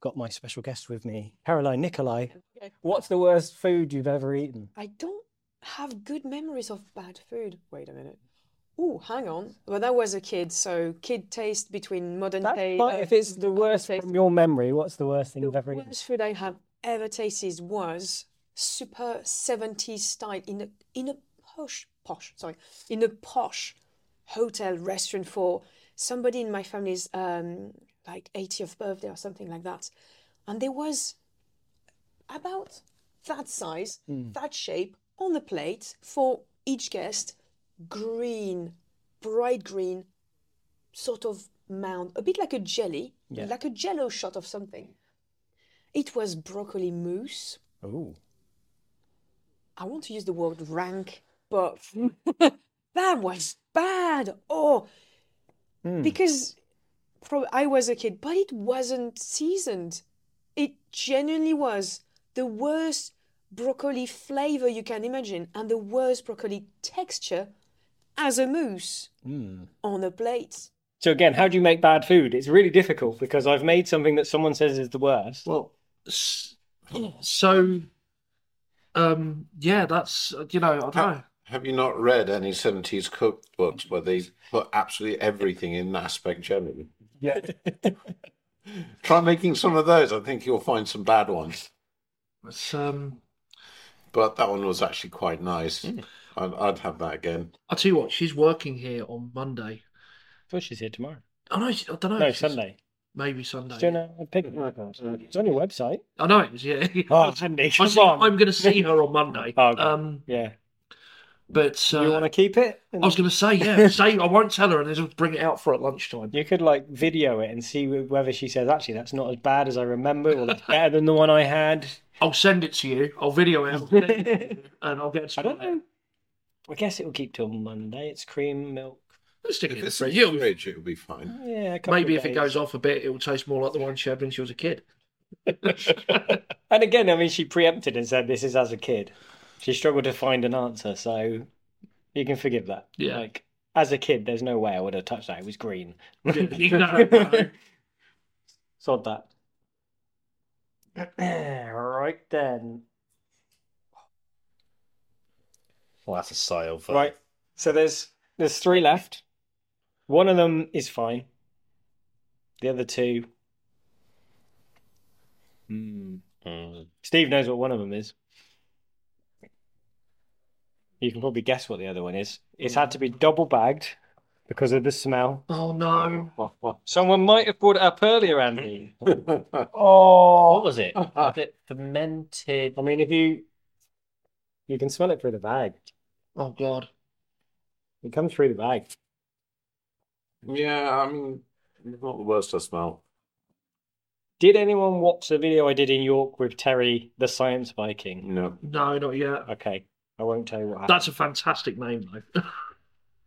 Got my special guest with me, Caroline Nikolai. What's the worst food you've ever eaten? I don't have good memories of bad food. Wait a minute. Ooh, hang on. Well, that was a kid, so kid taste between modern That's day. fine. uh, If it's the worst from your memory, what's the worst thing you've ever eaten? worst food I have ever tasted was super 70s style in a in a posh posh sorry in a posh hotel restaurant for somebody in my family's um like 80th birthday or something like that and there was about that size that shape on the plate for each guest green bright green sort of mound, a bit like a jelly, Yeah. like a jello shot of something. It was broccoli mousse. Ooh. I want to use the word rank, but that was bad. Oh, Hmm. because prob I was a kid, but it wasn't seasoned. It genuinely was the worst broccoli flavor you can imagine and the worst broccoli texture as a mousse on a plate. So again, how do you make bad food? It's really difficult because I've made something that someone says is the worst. Well, so um, yeah, that's you know, I don't know. Have you not read any 70s cookbooks where they put absolutely everything in aspect jelly? Yeah. Try making some of those. I think you'll find some bad ones. But, um... but that one was actually quite nice. Hmm. I'd, I'd have that again. I'll tell you what, she's working here on Monday. But she's here tomorrow. Oh no, she, I don't know. No, she's- Sunday. Maybe Sunday. It's doing a, a pig podcast. It's on your website. I know it was, yeah. Oh, Andy, I come see- on. I'm going to see her on Monday. Oh, okay. um, yeah. But uh, you want to keep it? I was going to say, yeah, say I won't tell her and just bring it out for at lunchtime. You could like video it and see wh- whether she says, actually, that's not as bad as I remember, or that's better than the one I had. I'll send it to you. I'll video it and send it to you, Oh, and I'll get. I don't know. I guess it will keep till Monday. It's cream milk. Let's stick it in the It's fridge. a fridge, it'll be fine. Yeah, a couple Maybe of if it days. goes off a bit, it will taste more like the one she had when she was a kid. And again, I mean, she preempted and said, this is as a kid. She struggled to find an answer, so you can forgive that. Yeah. Like, as a kid, there's no way I would have touched that. It was green. Sod that. right then. Well, that's a sigh of. uh, Right. So there's there's three left. One of them is fine. The other two. mm. Steve knows what one of them is. You can probably guess what the other one is. It's had to be double bagged because of the smell. Oh no. Someone might have brought it up earlier, Andy. oh. What was it? Was it fermented? I mean, if you you can smell it through the bag. Oh God. It comes through the bag. Yeah, I mean, it's not the worst I smell. Did anyone watch the video I did in York with Terry, the science Viking? No. No, not yet. Okay. I won't tell you what happened. That's a fantastic name, though.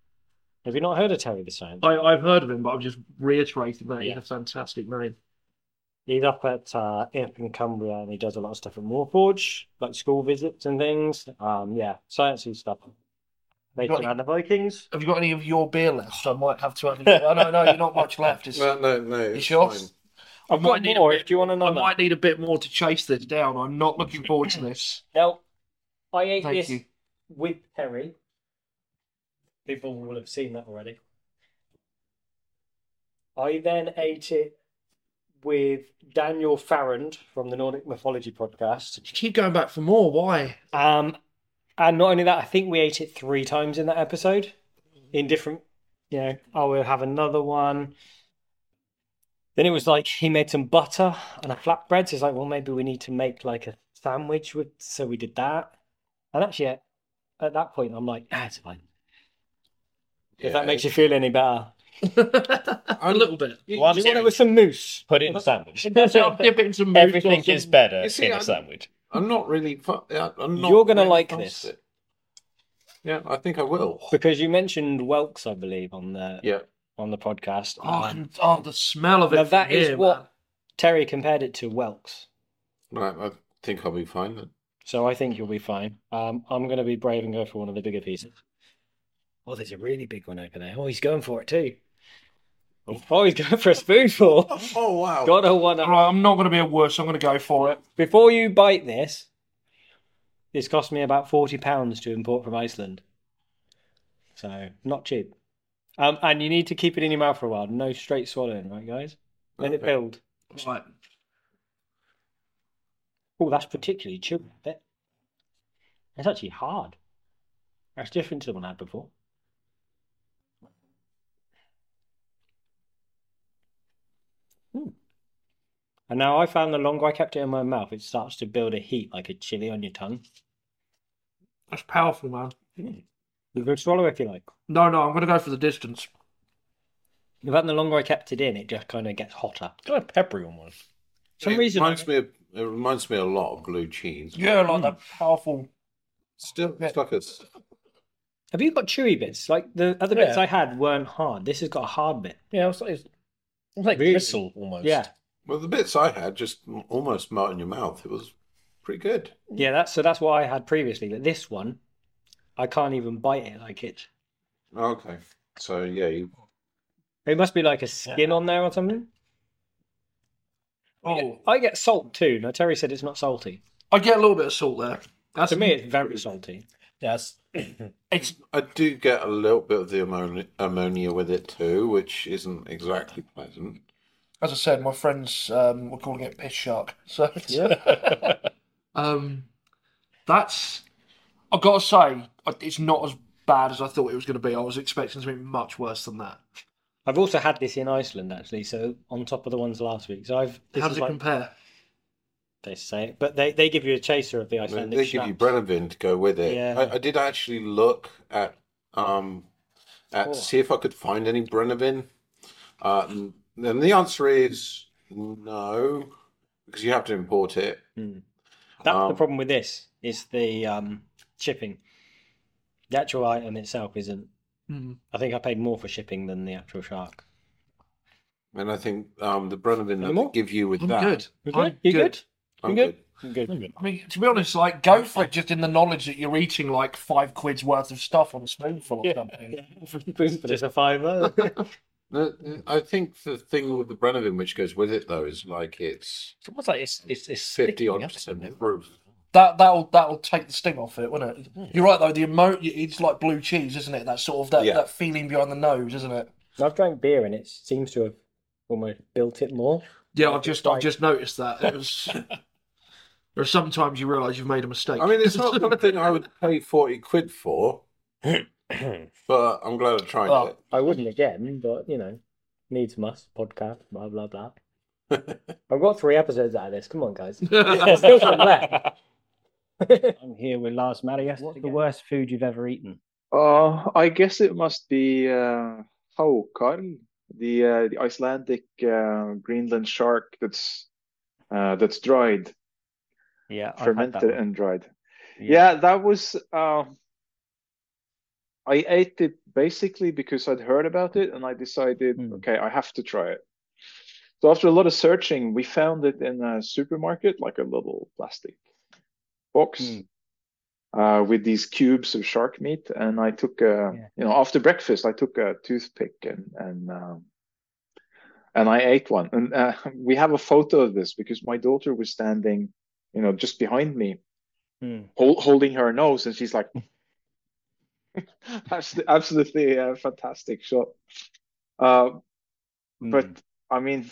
Have you not heard of Terry the Science? I, I've heard of him, but I'm just reiterating that he's a fantastic name. He's up at uh, up in Cumbria and he does a lot of stuff at Warforge, like school visits and things. Um, yeah, sciencey stuff. Later Got it. around the Vikings. Have you got any of your beer left? I might have to. Have I no, no, you're not much left. It's, No, no, no. You It's sure? fine. I might need more. Do you want another? I might need a bit more to chase this down. I'm not looking forward to this. Now, I ate Thank this you. with Terry. People will have seen that already. I then ate it with Daniel Farrand from the Nordic Mythology podcast. You keep going back for more. Why? Um, and not only that, I think we ate it three times in that episode, in different. You know, oh, we'll have another one. Then it was like he made some butter and a flatbread. So it's like, well, maybe we need to make like a sandwich with. So we did that, and actually, at, at that point, I'm like, ah, it's fine. If that makes you feel any better, a little bit. you want it with some mousse. Put it in a sandwich. I'll dip it in some mousse or Everything is some- better You see, in a I'm- sandwich. I'm not really. fu- I- I'm not You're gonna really like fussed. this. Yeah, I think I will. because you mentioned Welks, I believe, on the Yeah. on the podcast. Oh, I Um, can- oh, the smell of it. now that from is here, what man. Terry compared it to Welks. Right, I think I'll be fine then. So I think you'll be fine. Um, I'm going to be brave and go for one of the bigger pieces. Oh, there's a really big one over there. Oh, he's going for it too. Oh, he's going for a spoonful. Oh wow! Got a one up. Right, I'm not going to be a worse. I'm going to go for it. Before you bite this, this cost me about forty pounds to import from Iceland. So not cheap. Um, and you need to keep it in your mouth for a while. No straight swallowing, right, guys? Let it Okay. build. Right. Oh, that's particularly chewy. that bit. It's actually hard. That's different to the one I had before. Hmm. And now I found the longer I kept it in my mouth, it starts to build a heat like a chili on your tongue. That's powerful, man. You can swallow if you like. No, no, I'm going to go for the distance. But the longer I kept it in, it just kind of gets hotter. Kind of peppery on one. some it reason- reminds me of, it reminds me a lot of blue cheese. Yeah, like that powerful. Still suckers. Have you got chewy bits? Like the other bits Yeah. I had weren't hard. This has got a hard bit. Yeah, it's like, it's like Really? gristle almost. Yeah. Well, the bits I had just m- almost melt in your mouth. It was pretty good. Yeah, that's so that's what I had previously, but this one I can't even bite it like it. Okay. So yeah, you It must be like a skin on there or something. Oh, I get salt too. Now Terry said it's not salty. I get a little bit of salt there. That's to me it's very salty. Yes. it's I do get a little bit of the ammonia, ammonia with it too, which isn't exactly pleasant. as I said, my friends um, were calling it piss shark. So um, that's I've got to say I- it's not as bad as I thought it was going to be. I was expecting something much worse than that. I've also had this in Iceland actually, so on top of the ones last week. So I've this How is does it like- compare? They say it, but they, they give you a chaser of the They, Icelandic they give you schnapps. Brennivin to go with it. Yeah. I, I did actually look at um at Oh. see if I could find any Brennivin. Uh, and, and the answer is no, because you have to import it. Mm. That's the Um, problem with this is the um, shipping. The actual item itself isn't. Hmm. I think I paid more for shipping than the actual shark. And I think um, the Brennivin that more? they give you with I'm that. good. You I'm good? You good? I'm You good. I mean, to be honest, like go for it just in the knowledge that you're eating like five quid's worth of stuff on a spoonful or something. But it's a fiver. The- the- I think the thing with the Brennivin which goes with it though is like it's it's almost like it's it's, it's fifty odd percent proof. That that'll that'll take the sting off it, won't it? You're right though. The emo- it's like blue cheese, isn't it? That sort of that, Yeah. that feeling behind the nose, isn't it? I've drank beer and it seems to have almost built it more. Yeah, I've just I've just noticed that. It was there are sometimes you realise you've made a mistake. I mean, it's not something I would pay forty quid for, but I'm glad I tried it. I wouldn't again, but you know, needs must podcast blah blah blah. I've got three episodes out of this. Come on, guys. There's still some left. I'm here with Lars Marius. What's the worst food you've ever eaten? Uh, I guess it must be uh, haukarl, the uh, the Icelandic uh, Greenland shark that's uh, that's dried, Yeah, fermented and dried. Yeah. Yeah, that was uh, I ate it basically because I'd heard about it and I decided, okay, I have to try it. So after a lot of searching, we found it in a supermarket, like a little plastic box uh, with these cubes of shark meat. And I took a, you know, after breakfast, I took a toothpick and and um, and I ate one. And uh, we have a photo of this because my daughter was standing, you know, just behind me, Hmm. hol- holding her nose, and she's like, absolutely, absolutely uh, fantastic shot. Uh, But I mean,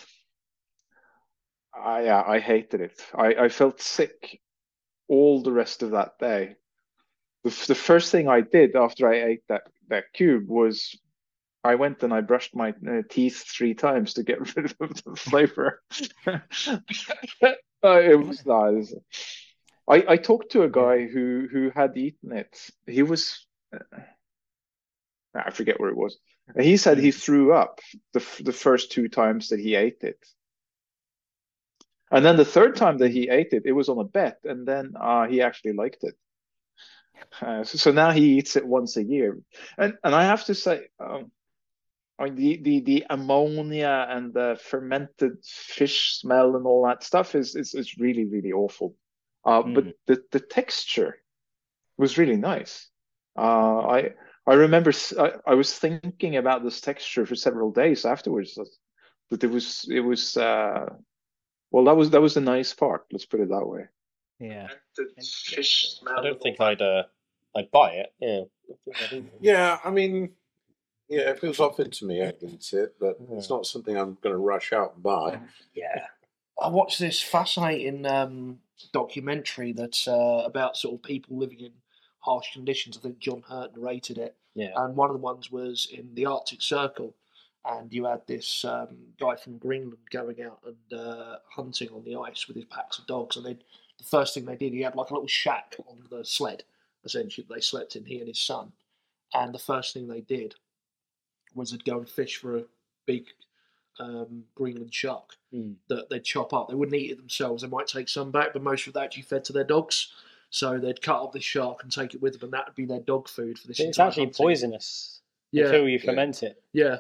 I uh, I hated it. I, I felt sick all the rest of that day. The, f- the first thing I did after I ate that, that cube was I went and I brushed my uh, teeth three times to get rid of the flavor. Uh, it was nice. I, I talked to a guy who, who had eaten it. He was, uh, I forget where it was. And he said he threw up the, f- the first two times that he ate it. And then the third time that he ate it, it was on a bet, and then uh, he actually liked it. Uh, so, so now he eats it once a year, and and I have to say, um, I mean, the the the ammonia and the fermented fish smell and all that stuff is is, is really really awful. Uh, But the the texture was really nice. Uh, I I remember s- I, I was thinking about this texture for several days afterwards. That, that it was it was uh, well that was that was the nice part. Let's put it that way. Yeah. I don't think I'd uh, I'd buy it. Yeah. I don't think Yeah, I mean, yeah, if it was offered to me, I'd eat it, but it's not something I'm going to rush out and buy. Yeah. I watched this fascinating um, documentary that's uh, about sort of people living in harsh conditions. I think John Hurt narrated it. Yeah. And one of the ones was in the Arctic Circle, and you had this um, guy from Greenland going out and uh, hunting on the ice with his packs of dogs. And they, the first thing they did, he had like a little shack on the sled, essentially, that they slept in, he and his son. And the first thing they did was they'd go and fish for a big um, Greenland shark Hmm. that they'd chop up. They wouldn't eat it themselves. They might take some back, but most of that actually fed to their dogs. So they'd cut up the shark and take it with them, and that would be their dog food for this. It's entire actually hunting. poisonous Yeah. until you Yeah. ferment it. Yeah.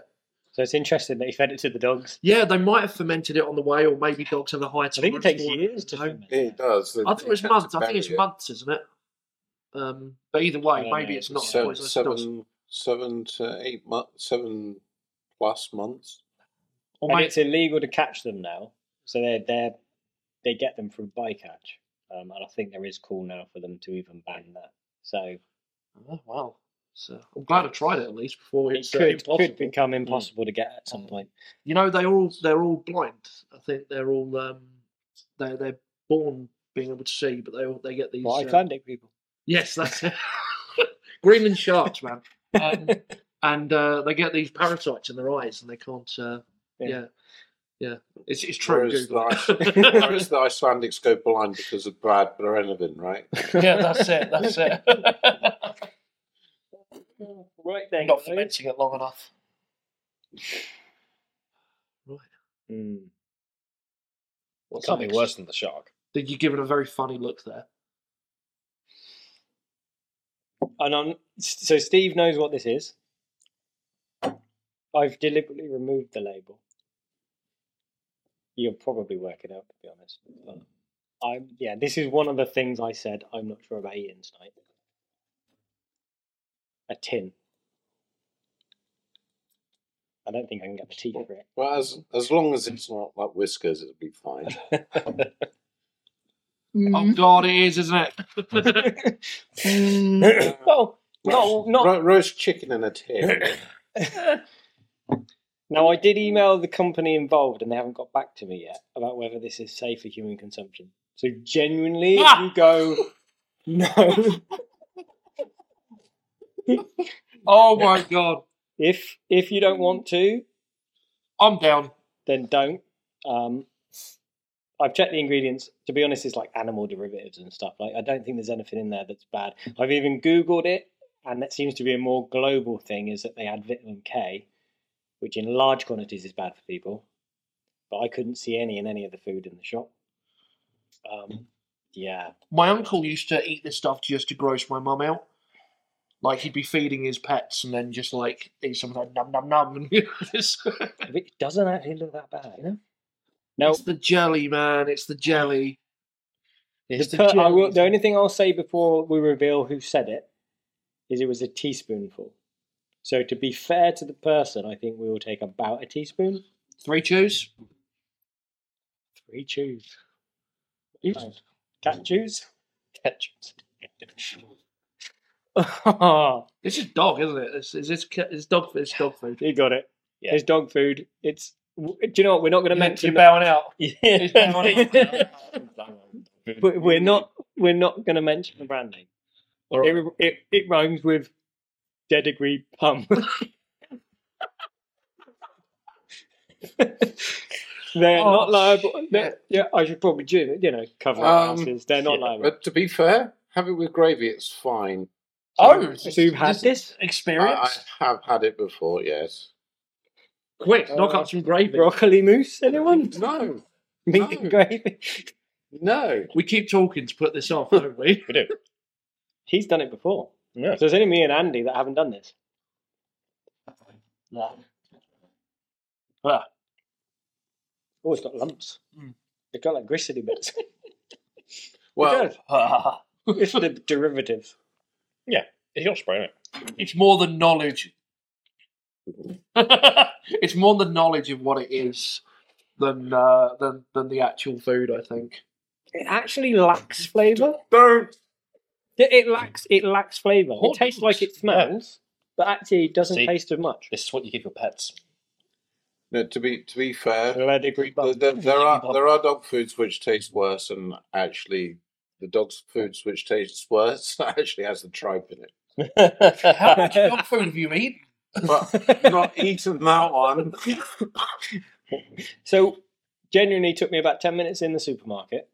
So it's interesting that you fed it to the dogs. Yeah, they might have fermented it on the way, or maybe dogs have a higher tolerance. I think it takes years to ferment. It does. I thought it was months. I think it's months, isn't it? Um, but either way, maybe it's not seven, poisonous. dogs. seven, seven to eight months, seven plus months. Or and it's illegal to catch them now, so they they they get them from bycatch, um, and I think there is call now for them to even ban that. So Oh, wow. So I'm glad I tried it at least before it it's uh, could, impossible. could become impossible to get at some point. You know, they're all they're all blind. I think they're all um, they they're born being able to see, but they all they get these Well, uh, Icelandic people. Yes, that's it. Greenland sharks, man. Um, and uh, they get these parasites in their eyes, and they can't. Uh, yeah. yeah, It's it's true. Whereas the, Google Ice- it. whereas the Icelandics go blind because of Brad Brennan, right? yeah, that's it. That's it. right then, not fermenting it long enough. Hmm. Well, it can't be worse than the shark. Did you give it a very funny look there? And on, so Steve knows what this is. I've deliberately removed the label. You'll probably work it out, to be honest. But I'm yeah. This is one of the things I said I'm not sure about eating tonight. A tin. I don't think I can get the tea for it. Well, as as long as it's not like whiskers, it'll be fine. Oh God, it is, isn't it? well, not, not... Ro- roast chicken in a tin. Now I did email the company involved, and they haven't got back to me yet about whether this is safe for human consumption. So genuinely, if Ah! you go no. oh my god! If if you don't want to, I'm down. Then don't. Um, I've checked the ingredients. To be honest, it's like animal derivatives and stuff. Like I don't think there's anything in there that's bad. I've even googled it, and that seems to be a more global thing. Is that they add vitamin K, which in large quantities is bad for people, but I couldn't see any in any of the food in the shop. Um, yeah, My uncle used to eat this stuff just to gross my mum out. Like he'd be feeding his pets and then just like eat some of that num num num and it doesn't actually look that bad, you know? No. It's the jelly, man, it's the jelly. It's The, the per- I jelly. will, the only thing I'll say before we reveal who said it is it was a teaspoonful. So to be fair to the person, I think we will take about a teaspoon. Three chews. Three chews. Cat chews. Cat chews. this is dog, isn't it? This is this it's dog it's dog food. You got it. It's dog food. It's do you know what? We're not going to mention. You're bowing out. Yeah. But we're not. We're not going to mention the brand name. It, it, it rhymes with degree pump. They're Oh, not liable. they're- Yeah, I should probably do you know cover their Um, asses. They're not yeah, liable. But to be fair, have it with gravy. It's fine. Um, Oh, so you've had this experience? I, I have had it before. Yes. Quick, knock Uh, up some gravy. Broccoli mousse, anyone? No. Meat and gravy. No. We keep talking to put this off, don't we? we do. He's done it before. So there's only me and Andy that haven't done this. Ah. Oh, it's got lumps. Hmm. It's got like gristly bits. Well, it's the derivatives. Yeah, it's not spraying it. It's more than knowledge. it's more the knowledge of what it is than uh, than than the actual food. I think. It actually lacks flavour. Don't. It, it lacks. It lacks flavour. It tastes like it smells, but actually it doesn't See? taste as much. This is what you give your pets. No, to be to be fair, th- th- there, are there are dog foods which taste worse, and actually, the dog's foods which tastes worse actually has the tripe in it. How much dog food have you eaten? But not eaten that one. So, genuinely took me about 10 minutes in the supermarket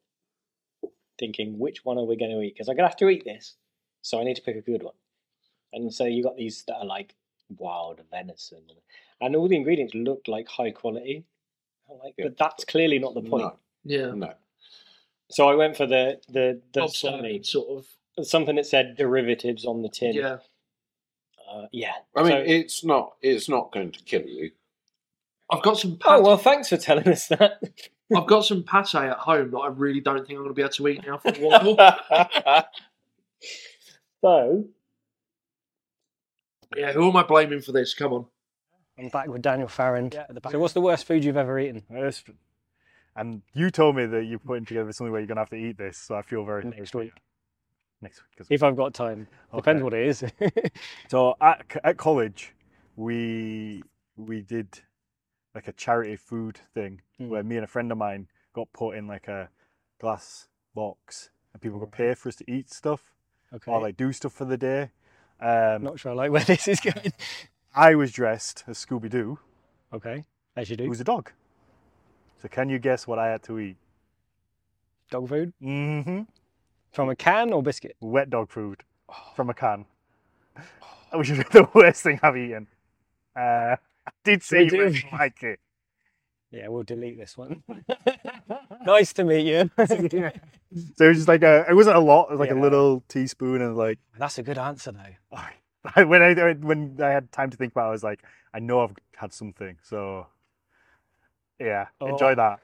thinking, which one are we going to eat? Because I'm going to have to eat this. So, I need to pick a good one. And so, you got these that are like wild venison, and all the ingredients looked like high quality. I like, Yeah. but that's clearly not the point. No. Yeah. No. So I went for the the, the Substandard sort of something that said derivatives on the tin. Yeah. Uh, yeah. I mean, So- it's not it's not going to kill you. I've got some. Oh well, thanks for telling us that. I've got some pate at home that I really don't think I'm going to be able to eat now for a while. so, yeah, who am I blaming for this? Come on. I'm back with Daniel Farrand. So what's the worst food you've ever eaten? Uh, And you told me that you're putting together something where you're going to have to eat this, so I feel very next week. Next week, If I've got time, depends what it is. so at, c- at college, we we did like a charity food thing Hmm. where me and a friend of mine got put in like a glass box and people could pay for us to eat stuff Okay. or like do stuff for the day. Um, Not sure I like where this is going. I was dressed as Scooby Doo. Okay, as you do. It was a dog. So can you guess what I had to eat? Dog food? Mm-hmm. From a can or biscuit? Oh. Wet dog food from a can. Which is the worst thing I've eaten. Uh, I did Should we say you do- wouldn't like it. Yeah, we'll delete this one. nice to meet you. So it was just like a, it wasn't a lot. It was like a little teaspoon, and like That's a good answer though. I, when I when I had time to think about, it, I was like, I know I've had something. So yeah, enjoy Oh. that.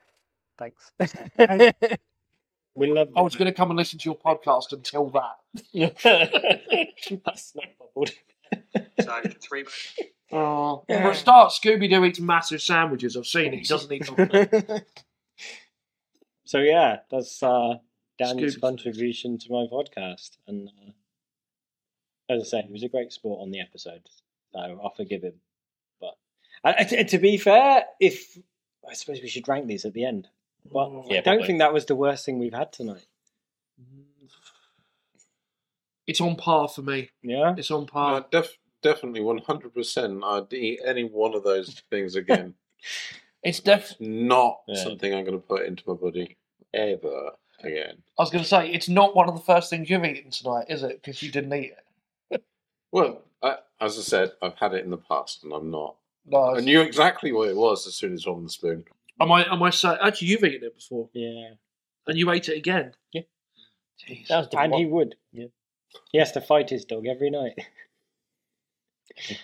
Thanks. we love. I was going to come and listen to your podcast until that. That's not bubbled. three. Oh, for a start, Scooby Doo eats massive sandwiches. I've seen it. He doesn't eat. so yeah, that's uh, Dan's Scoops. contribution to my podcast, and uh, as I say, he was a great sport on the episode, so I forgive him. But and, and to- and to be fair, if I suppose we should rank these at the end, but Yeah, I don't probably. think that was the worst thing we've had tonight. It's on par for me. Yeah, it's on par. No, def- definitely, one hundred percent. I'd eat any one of those things again. it's definitely not something I'm going to put into my body ever again. I was going to say it's not one of the first things you've eaten tonight, is it? Because you didn't eat it. Well, I, as I said, I've had it in the past, and I'm not. No, I knew exactly what it was as soon as on the spoon. Am I? Am I saying? Actually, you've eaten it before. Yeah. And you ate it again. Yeah. Jeez. and he would. Yeah. He has to fight his dog every night.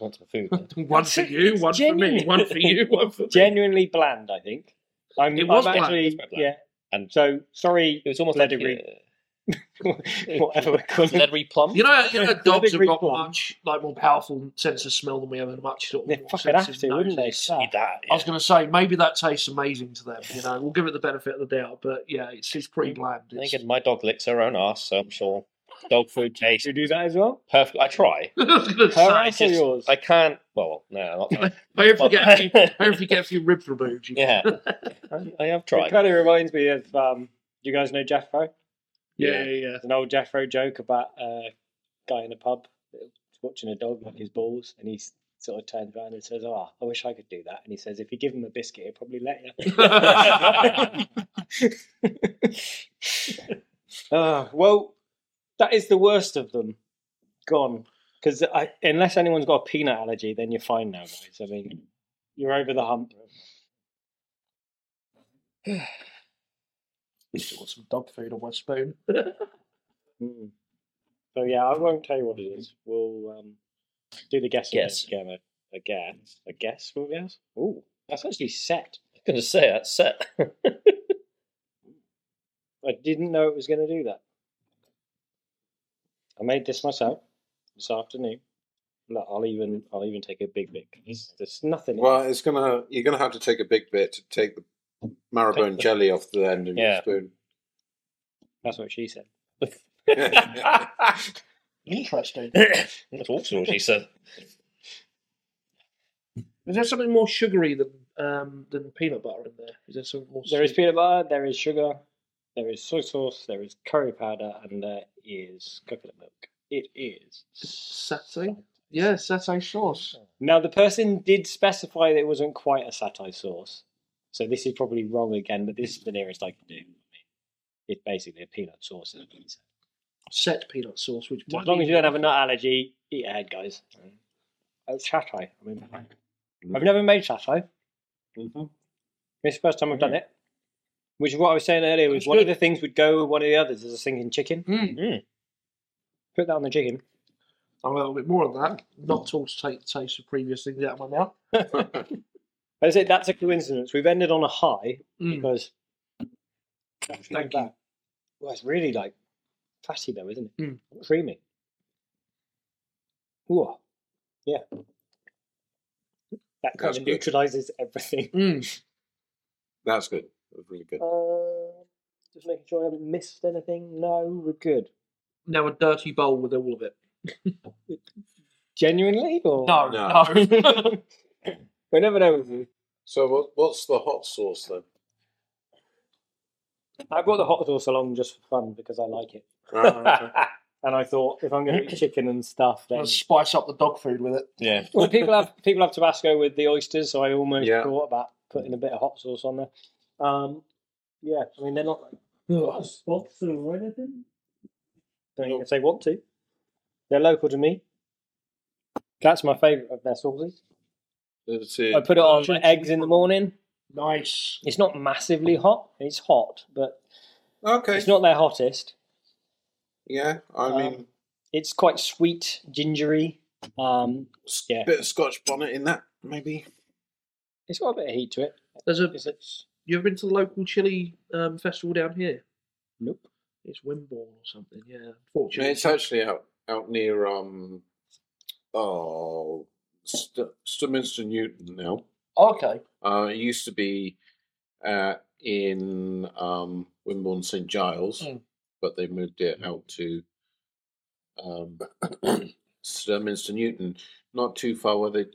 Wants my food. one for you, one for me, one for you, one for me. Genuinely bland, I think. I'm, It was I'm bland. actually It was quite bland. yeah. And so sorry, it was almost like Ledigre. uh, whatever we're calling it. Ledigre plum. You know, you know dogs have got much like more powerful sense of smell than we have, and much sort of more fucking sense have of to, wouldn't they? noses. I was going to say maybe that tastes amazing to them. You know, we'll give it the benefit of the doubt, but yeah, it's it's Mm. pretty bland. I It's, think my dog licks her own ass, so I'm sure dog food tastes. You do that as well? Perfect. I try. Her ass or yours? I can't. Well, no, I'm not. I hope you Well- get a few, I hope you get a few ribs removed. you- Yeah. I have It tried. kind of reminds me of um, do you guys know Jeffro? Yeah, yeah, yeah. An old Jeffro joke about a guy in a pub watching a dog knock his balls, and he s- sort of turns around and says, "Ah, I wish I could do that." And he says, "If you give him a biscuit, he'll probably let you." Ah, well, that is the worst of them gone. Because unless anyone's got a peanut allergy, then you're fine now, guys. I mean, you're over the hump. Still got some dog food on my spoon. Mm. So yeah, I won't tell you what it is. We'll um, do the guess Guess. again. A, a guess. A guess. We'll guess. Ooh, that's actually set. I was going to say that's set. I didn't know it was going to do that. I made this myself this afternoon. Look, I'll even I'll even take a big bit. 'cause There's nothing. in Well, it. it's gonna you're gonna have to take a big bit to take the marrowbone Take the- jelly off the end of Yeah. your spoon. That's what she said. Interesting. that's also what she said. Is there something more sugary than um, than peanut butter in there? Is there something more? There is sweet? peanut butter. There is sugar. There is soy sauce. There is curry powder, and there is coconut milk. It is satay. Yeah, satay sauce. Now, the person did specify that it wasn't quite a satay sauce, so this is probably wrong again. But this is the nearest I can do. I mean, it's basically a peanut sauce. isn't it? set peanut sauce. Which As long as you don't have a nut allergy, eat ahead, guys. at satay. I mean, I've never made satay. It's the first time I've done it. Which is what I was saying earlier. Was one of the things would go with one of the others as a sinking chicken. Mm. Put that on the chicken. I'll have Mm. a little bit more of that. Not at all to take the taste of previous things out of my mouth. That's it. That's a coincidence. We've ended on a high Mm. because. Thank you. Well, it's really like fatty though, isn't Mm. it? Creamy. Ooh, yeah. That kind That's of good. neutralizes everything. That's good. That's really good. Uh, just making sure I haven't missed anything. No, we're good. Now a dirty bowl with all of it. Genuinely? Or? No, No. we never know. So what, what's the hot sauce then? I brought the hot sauce along just for fun because I like it. and I thought if I'm going to eat chicken and stuff, then I'll spice up the dog food with it. Yeah. well, people have people have Tabasco with the oysters, so I almost Yeah. thought about putting a bit of hot sauce on there. Um, yeah, I mean they're not like spots or anything. Don't think if they want to. They're local to me. That's my favourite of their sauces. I put it on eggs in the morning. Nice. It's not massively hot. It's hot, but okay, it's not their hottest. Um, Yeah, I mean- it's quite sweet, gingery. Um, yeah, Bit of Scotch bonnet in that, maybe. it's got a bit of heat to it. There's a. You ever been to the local chili um, festival down here? Nope. It's Wimborne or something. Yeah. No, it's actually out out near um oh St- Sturminster Newton now. Okay. Uh, it used to be uh, in um, Wimborne St Giles, Mm. but they moved it out to um, Sturminster Newton, not too far where they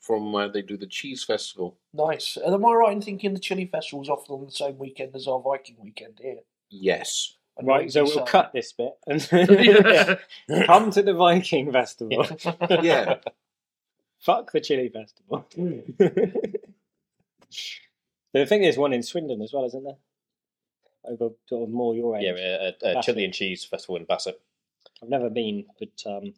from where they do the cheese festival. Nice. And am I right in thinking the chili festival is often on the same weekend as our Viking weekend here? Yes. Right, so uh, we'll cut this bit and come to the Viking Festival. Yeah. Fuck the Chili Festival. Mm. I think there's one in Swindon as well, isn't there? Over sort of more your age. Yeah, uh, a, a, a Bassett. chili and cheese festival in Bassett. I've never been, but um,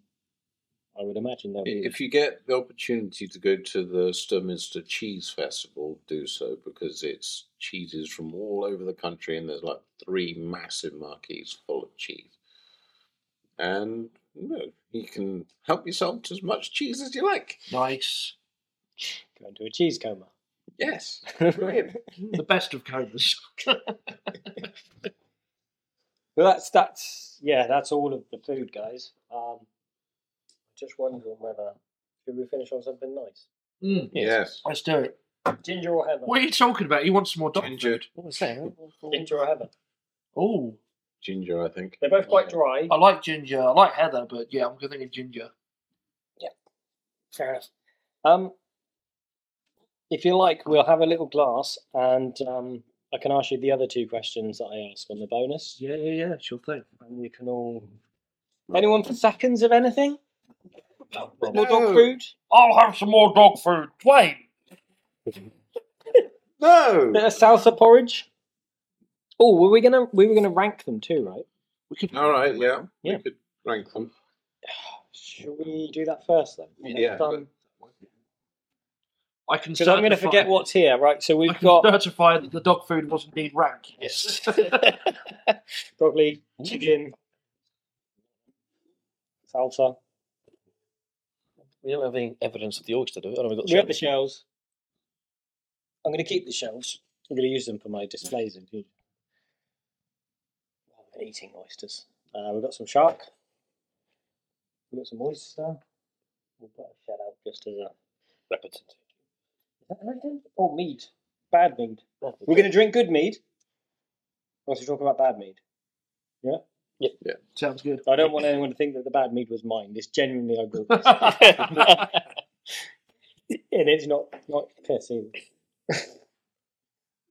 I would imagine there'll be. If you get the opportunity to go to the Sturminster Cheese Festival, do so because it's cheeses from all over the country, and there's like three massive marquees full of cheese. And you, know, you can help yourself to as much cheese as you like. Nice. Go into a cheese coma. Yes. the best of Hmm. comas. Well, that's that's yeah, that's all of the food, guys. Um, just wondering whether should we finish on something nice? Mm. Yes. Let's do it. Ginger or heather? What are you talking about? He wants some more dog food. What was that? Ginger or heather? Oh. Ginger, I think. They're both quite dry. I like ginger. I like heather, but yeah, I'm thinking ginger. Fair enough. Um, if you like, we'll have a little glass, and um, I can ask you the other two questions that I ask on the bonus. Yeah, yeah, yeah. Sure thing. And you can all. Anyone for seconds of anything? More dog No. food. I'll have some more dog food. Wait. No. Bit of salsa porridge. Oh, were we gonna we were gonna rank them too, right? We could. All right. Yeah. Yeah. We could rank them. Should we do that first then? Yeah, Let's, um, I can. Because I'm going to certify- forget what's here, right? So I we've can got certify that the dog food was indeed rank. Yes. probably chicken, salsa. We don't have any evidence of the oyster, do we? Oh, no, we've got We have the shells. I'm going to keep the shells. I'm going to use them for my displays in future. I've been eating oysters. Uh, we've got some shark. We've got some oyster. We've got a shell out just as a representative. Is that anything? Oh, mead. Bad mead. We're going to drink good mead. Or should we talk about bad mead? Yeah? Yeah. yeah. Sounds good. I don't want anyone to think that the bad mead was mine. It's genuinely I bought this. and it's not, not piss either.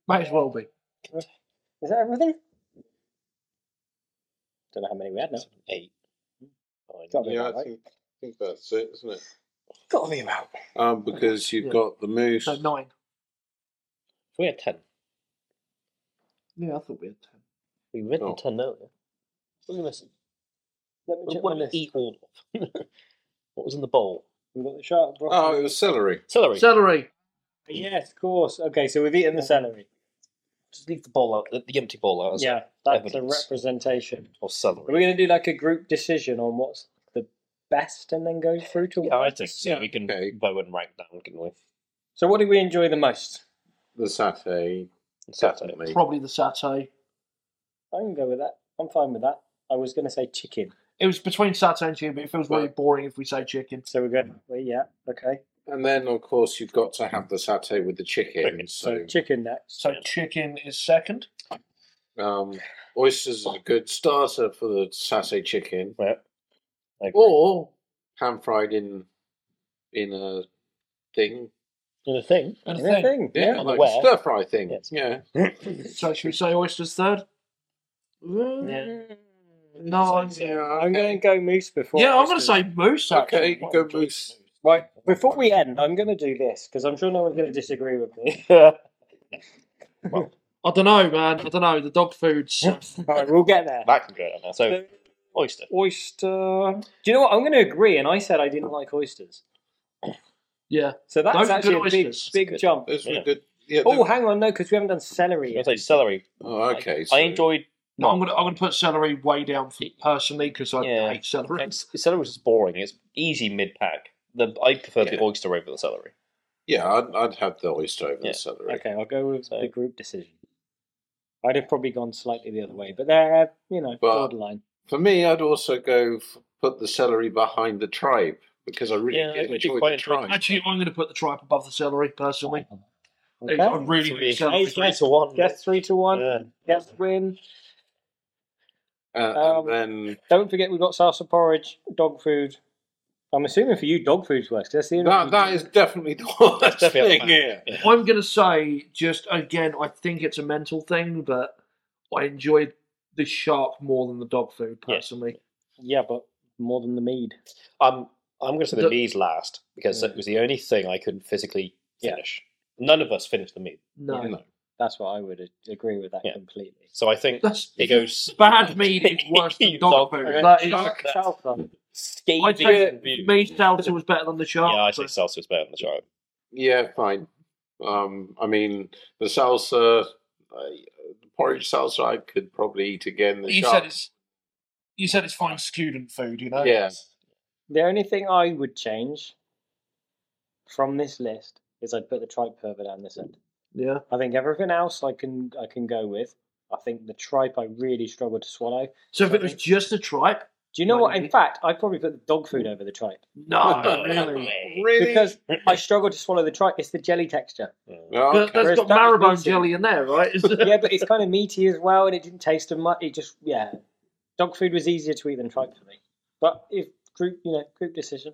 Might as well be. Is that everything? Don't know how many we had now. Eight. Gotta be Yeah, about I right. think, I think that's it, isn't it? Gotta be about. Um, because you've Yeah. got the moose. So nine. We had ten. Yeah, I thought we had ten. We went Oh. on ten earlier. What are we missing? Let What did we eat all of? what was in the bowl? We've got the sharp Oh, it was celery. Celery. Yes, of course. Okay, so we've eaten the celery. Just leave the bowl out, the empty bowl out. as Yeah, that's evidence. a representation. Or celery. Are we going to do like a group decision on what's the best and then go through to Yeah, I think so. We can vote and rank down, can we? So, what do we enjoy the most? The satay. Satay. Probably the satay. I can go with that. I'm fine with that. I was going to say chicken. It was between satay and chicken, but it feels really boring if we say chicken. So we're good. Well, yeah, okay. And then, of course, you've got to have the satay with the chicken. So, chicken next. So chicken is second. um, oysters is a good starter for the satay chicken. Yeah. Or pan fried in in a thing. In a thing. In a thing. Yeah, Yeah. like Where? stir fry thing. Yeah. so should we say oysters third? Uh, No, I'm, I'm going to go moose before. Yeah, I'm going to oysters. say moose. Actually. Okay, go moose. Right, before we end, I'm going to do this because I'm sure no one's going to disagree with me. I don't know, man. I don't know. The dog foods. All right, we'll get there. That can go down there. So, oyster. Oyster. Do you know what? I'm going to agree, and I said I didn't like oysters. Yeah. So that's Those are good actually a big, oysters. big Good. jump. Those were Yeah. good. oh, hang on, no, because we haven't done celery I yet. say celery. Oh, okay. I enjoyed. No, I'm gonna I'm gonna put celery way down for, personally because I hate celery. It's, celery was just boring. It's easy mid pack. The I prefer the oyster over the celery. Yeah, I'd, I'd have the oyster over the celery. Okay, I'll go with the group decision. I'd have probably gone slightly the other way, but they're, uh, you know, But- borderline. For me, I'd also go f- put the celery behind the tribe because I really Yeah, it'd be enjoy quite the tribe. Actually, I'm going to put the tripe above the celery personally. Okay. I really think celery. to one. Guess three to one. Guess win. Um, Uh, and then Don't forget we've got salsa porridge, dog food. I'm assuming for you dog food's worse. 'cause That's the only That- that is definitely the worst That's definitely thing, yeah. I'm going to say just again. I think it's a mental thing, but I enjoyed the shark more than the dog food personally. Yeah, but more than the mead. Um, I'm going to say the, The- mead last because Yeah. it was the only thing I couldn't physically Yeah. finish. None of us finished the mead. No. No. That's what I would a- agree with that completely. So I think it goes Bad meat is worse than dog food. That is Shark salsa. I'd say Scathing review. meat salsa was better than the shark. Yeah, I think salsa was better than the shark. Yeah, fine. Um, I mean, the salsa, uh, the porridge salsa, I could probably eat again. The You shark- said it's you said it's fine student food. Oh, You know. yeah. The only thing I would change from this list is I'd put the tripe further down this end. Yeah. I think everything else I can I can go with. I think the tripe I really struggled to swallow. So if it was just a tripe, do you know what? In fact, I probably put the dog food over the tripe. No, really? Really? Because I struggled to swallow the tripe. It's the jelly texture. But Whereas that's got that was marrow bone meaty. jelly in there, right? yeah, but it's kind of meaty as well, and it didn't taste of much. It just yeah, dog food was easier to eat than tripe for me. But if group, you know, group decision,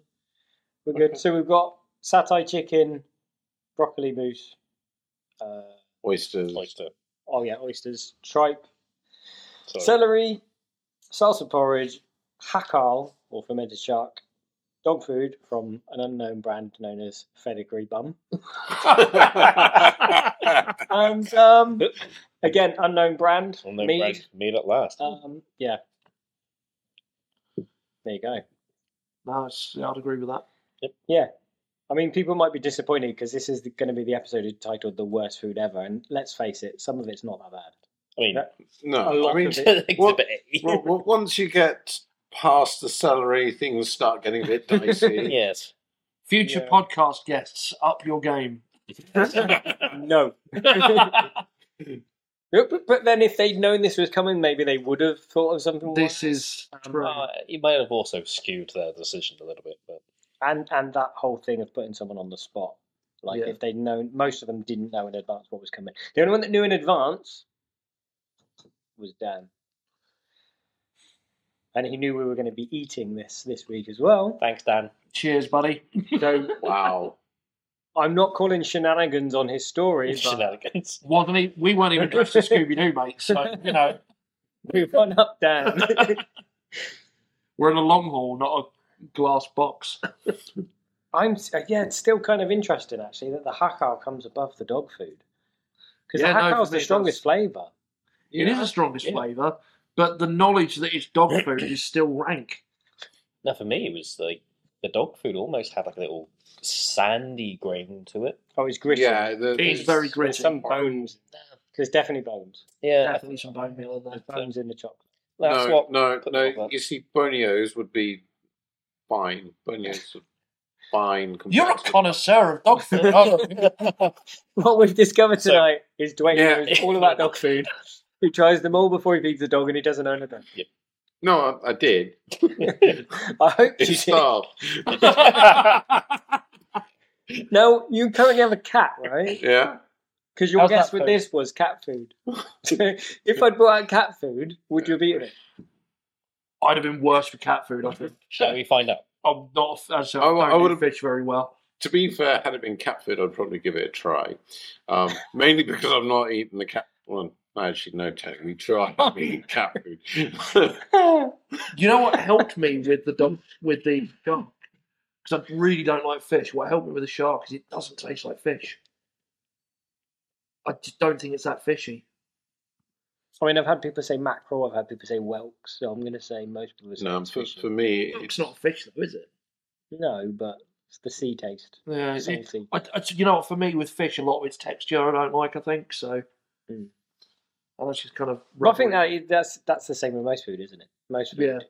we're good. So we've got satay chicken, broccoli mousse. Uh, Oysters. Oyster. oh yeah, oysters, tripe, celery, salsa porridge, hakal or fermented shark, dog food from an unknown brand known as Fedigree Bum. and um, again, unknown brand. Unknown mead. brand, mead at last. Um, yeah. There you go. No, it's- I'd agree with that. Yeah. I mean, people might be disappointed because this is going to be the episode titled "The Worst Food Ever," and let's face it, some of it's not that bad. I mean, a No, lot I mean, of it. what- what- what- once you get past the celery, things start getting a bit dicey. yes. Future Yeah. podcast guests, up your game. no. But, but- but then, if they'd known this was coming, maybe they would have thought of something. This is Uh, you might have also skewed their decision a little bit, but and and that whole thing of putting someone on the spot. Like Yeah. if they'd known, most of them didn't know in advance what was coming. The only one that knew in advance was Dan, and he knew we were going to be eating this this week as well. Thanks, Dan. Cheers, buddy. So wow. I'm not calling shenanigans on his story. but- Shenanigans. Wasn't he, we weren't even dressed as Scooby Doo, mate. So you know, Move on up, Dan. we're in a long haul, not a glass box. I'm s- yeah, it's still kind of interesting actually that the hakal comes above the dog food because Yeah, the no, hakal is for the me it strongest flavour. It is the strongest flavour, but the knowledge that it's dog food is still rank. no, for me it was like the dog food almost had like a little sandy grain to it. Oh, it's gritty. Yeah, the- There's- it's very There's gritty. some bones. There's definitely bones. Yeah, definitely some bone meal in there. Bones in the chocolate. no, no, no. You see, Bonios would be fine. Bonios would fine. compared You're a connoisseur of dog food. aren't you? What we've discovered tonight is Dwayne Yeah. knows all about dog food. He tries them all before he feeds the dog, and he doesn't own a dog. No, I, I did. I hope you starved. Now you currently have a cat, right? Yeah. Because your How's guess that with food? this was cat food. if I'd brought out cat food, would you have eaten it? I'd have been worse for cat food. I think. Shall we find out? I'm not. As I, I, I would would have fished very well. To be fair, had it been cat food, I'd probably give it a try. Um, mainly because I've not eaten the cat. Well, actually, no, technically, try eating cat food. you know what helped me with the dog with the shark? Because I really don't like fish. What helped me with the shark is it doesn't taste like fish. I just don't think it's that fishy. I mean, I've had people say mackerel. I've had people say whelk. So I'm going to say most people say no, it's for, fish. for me, It's not fish though, is it? No, but it's the sea taste. Yeah, it- salty. I, I- you know, for me with fish, a lot of its texture I don't like. I think so. And that's just kind of. But I think that that's that's the same with most food, isn't it? Most food. Yeah.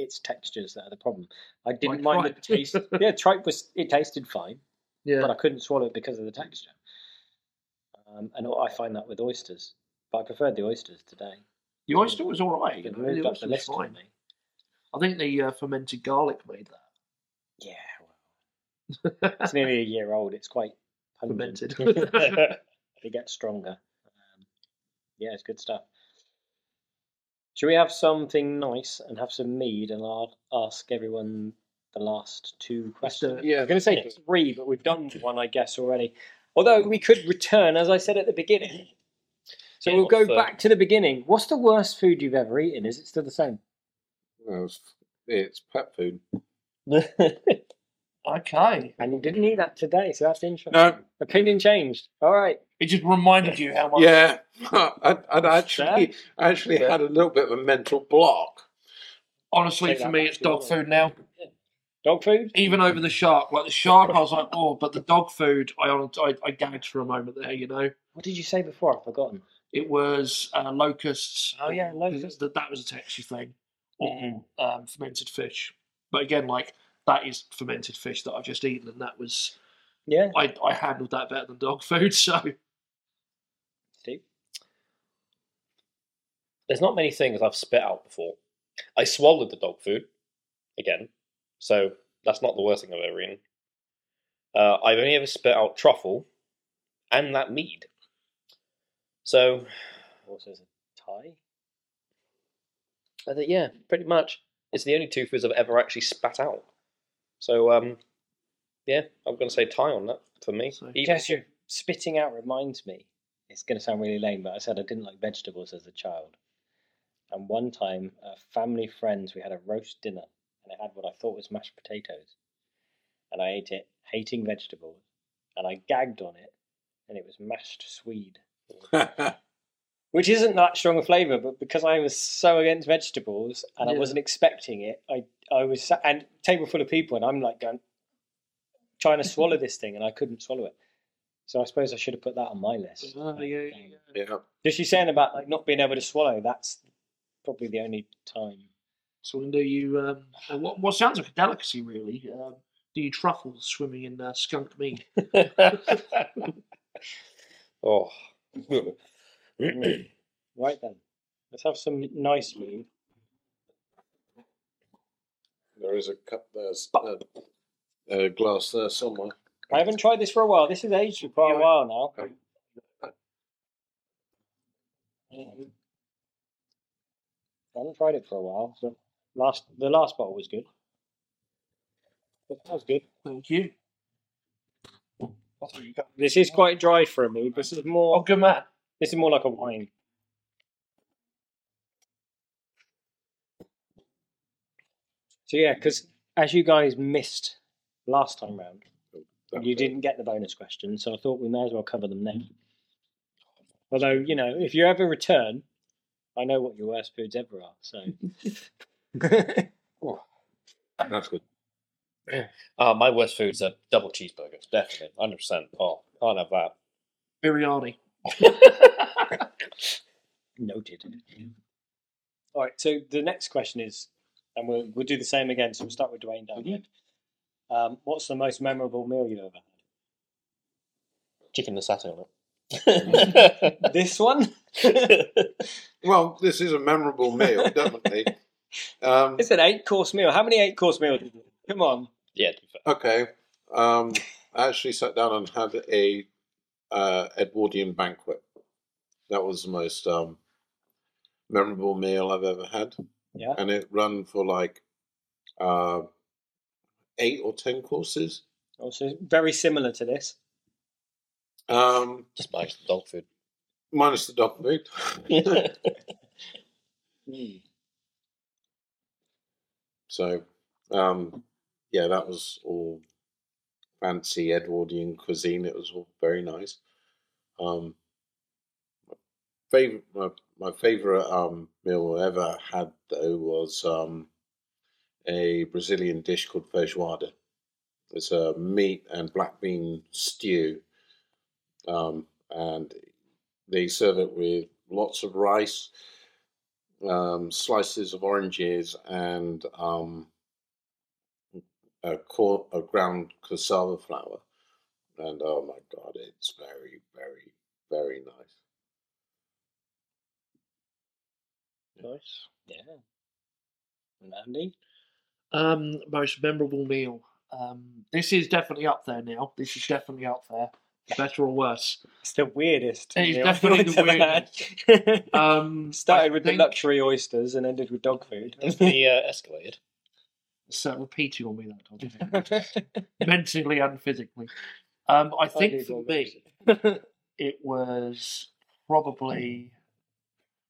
It's textures that are the problem. I didn't mind the taste. yeah, tripe was it tasted fine. Yeah. But I couldn't swallow it because of the texture. Um, and I find that with oysters, but I preferred the oysters today. The oyster was all right. You It know, moved the up oyster the was list for fine. I think the uh, fermented garlic made that. Yeah, well, it's nearly a year old. It's quite pungent. Fermented. it gets stronger. Um, yeah, it's good stuff. Should we have something nice and have some mead, and I'll ask everyone the last two questions? Yeah, I'm going to say three, but we've done one, I guess, already. Although we could return, as I said at the beginning. So we'll go what's the- back to the beginning. What's the worst food you've ever eaten? Is it still the same? no, it's, it's pet food. okay. And you didn't eat that today, so that's interesting. No. Opinion changed. All right. It just reminded you how much. Yeah, I, I'd actually, I actually had a little bit of a mental block. Honestly, for me, it's dog food now. Dog food? Even over the shark. Like the shark, I was like, oh, but the dog food, I hon- I, I gagged for a moment there, you know? What did you say before? I've forgotten. It was uh, locusts. Oh, yeah, locusts. Mm-hmm. That, that was a texture thing. Or um, fermented fish. But again, like, that is fermented fish that I've just eaten, and that was. Yeah. I, I handled that better than dog food, so. There's not many things I've spit out before. I swallowed the dog food again, so that's not the worst thing I've ever eaten. Uh, I've only ever spit out truffle and that mead. So Also, there's a tie. I think, yeah, pretty much. It's the only two foods I've ever actually spat out. So, um, yeah, I'm going to say tie on that for me. Even- Jess, your spitting out reminds me. It's going to sound really lame, but I said I didn't like vegetables as a child. And one time, uh, family friends, we had a roast dinner, and it had what I thought was mashed potatoes. And I ate it, hating vegetables, and I gagged on it, and it was mashed swede. Which isn't that strong a flavour, but because I was so against vegetables and I Yeah. wasn't expecting it, I I was sa- and table full of people, and I'm like going, trying to swallow this thing, and I couldn't swallow it. So I suppose I should have put that on my list. Oh, Yeah. Just you saying about like not being able to swallow. That's probably the only time. So when do you? Um, uh, what, what sounds like a delicacy, really? Um, do you truffle swimming in uh, skunk meat? Oh. right then, let's have some nice meat. There is a cup there's um, a, a uh, glass there somewhere. I haven't tried this for a while. This has aged for quite a while now. Um, I haven't tried it for a while. But last the last bottle was good. But that was good. Thank you. This is quite dry for a mood. This is more. Oh, good man. This is more like a wine. So yeah, because as you guys missed last time round, you didn't get the bonus questions, so I thought we may as well cover them now. Although you know, if you ever return, I know what your worst foods ever are. So That's good. Uh, my worst food's a double cheeseburger, definitely, hundred percent. Oh, can't have that. Biryani. Noted. All right. So the next question is, and we'll we'll do the same again. So we'll start with Dwayne down here. Um, what's the most memorable meal you've ever had? Chicken assassino. this one? well, this is a memorable meal, definitely. Um, it's an eight-course meal. How many eight-course meals? Did you? Come on. Yeah. Okay. Um, I actually sat down and had a uh, Edwardian banquet. That was the most um, memorable meal I've ever had, Yeah. and it ran for like uh, eight or ten courses. Oh, Also, very similar to this. Um, Just minus the dog food. Minus the dog food. So, um, yeah, that was all fancy Edwardian cuisine. It was all very nice. Um, favorite, my, my favorite um, meal I ever had though was um, a Brazilian dish called feijoada. It's a meat and black bean stew, um, and they serve it with lots of rice um, slices of oranges and um, a, cor- a ground cassava flour. And oh my god, it's very, very, very nice. Nice. Yeah. And Andy? Um, most memorable meal. Um, this is definitely up there now. This is definitely up there. For Better or worse. It's the weirdest. It's meal definitely I've the ever had. weirdest. um, Started with the luxury oysters and ended with dog food. the uh, escalated. So uh, repeating on me that time. Mentally and physically. Um, I think for me, it was probably.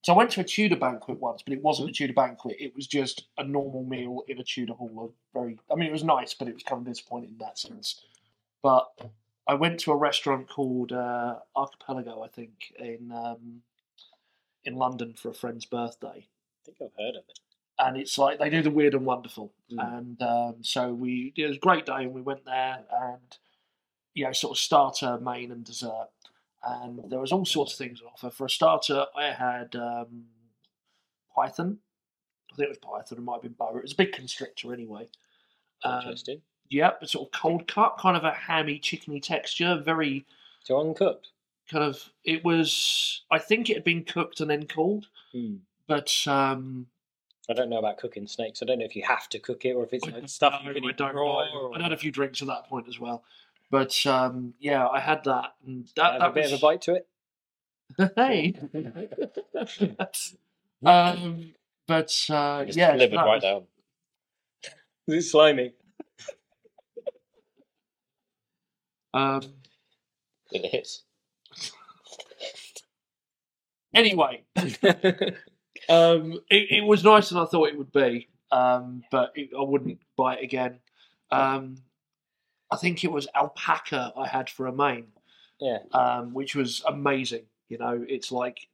So I went to a Tudor banquet once, but it wasn't a Mm-hmm. Tudor banquet. It was just a normal meal in a Tudor hall. A very, I mean, it was nice, but it was kind of disappointing in that sense. But I went to a restaurant called uh, Archipelago, I think, in um, in London for a friend's birthday, I think I've heard of it. Hmm. and it's like they do the weird and wonderful. And um, so we it was a great day, and we went there, and you know, sort of starter, main, and dessert, and there was all sorts of things on offer. For a starter, I had um, python. I think it was python. It might have been boa. It was a big constrictor anyway. Um, Interesting. Yep, a sort of cold cut, kind of a hammy, chickeny texture, very. So uncooked. Kind of. It was. I think it had been cooked and then cooled, but um, I don't know about cooking snakes. I don't know if you have to cook it or if it's like stuff you can eat raw. Or... I'd had a few drinks at that point as well. But um, yeah, I had that. And Have that, that a bit of was- a bite to it. hey. um, but uh, Just yeah, delivered that right was- down. It's slimy. Um, It hits. Anyway, um, it, it was nicer than I thought it would be, um, but it, I wouldn't buy it again. Um, I think it was alpaca I had for a main. Yeah. um, which was amazing. You know, it's like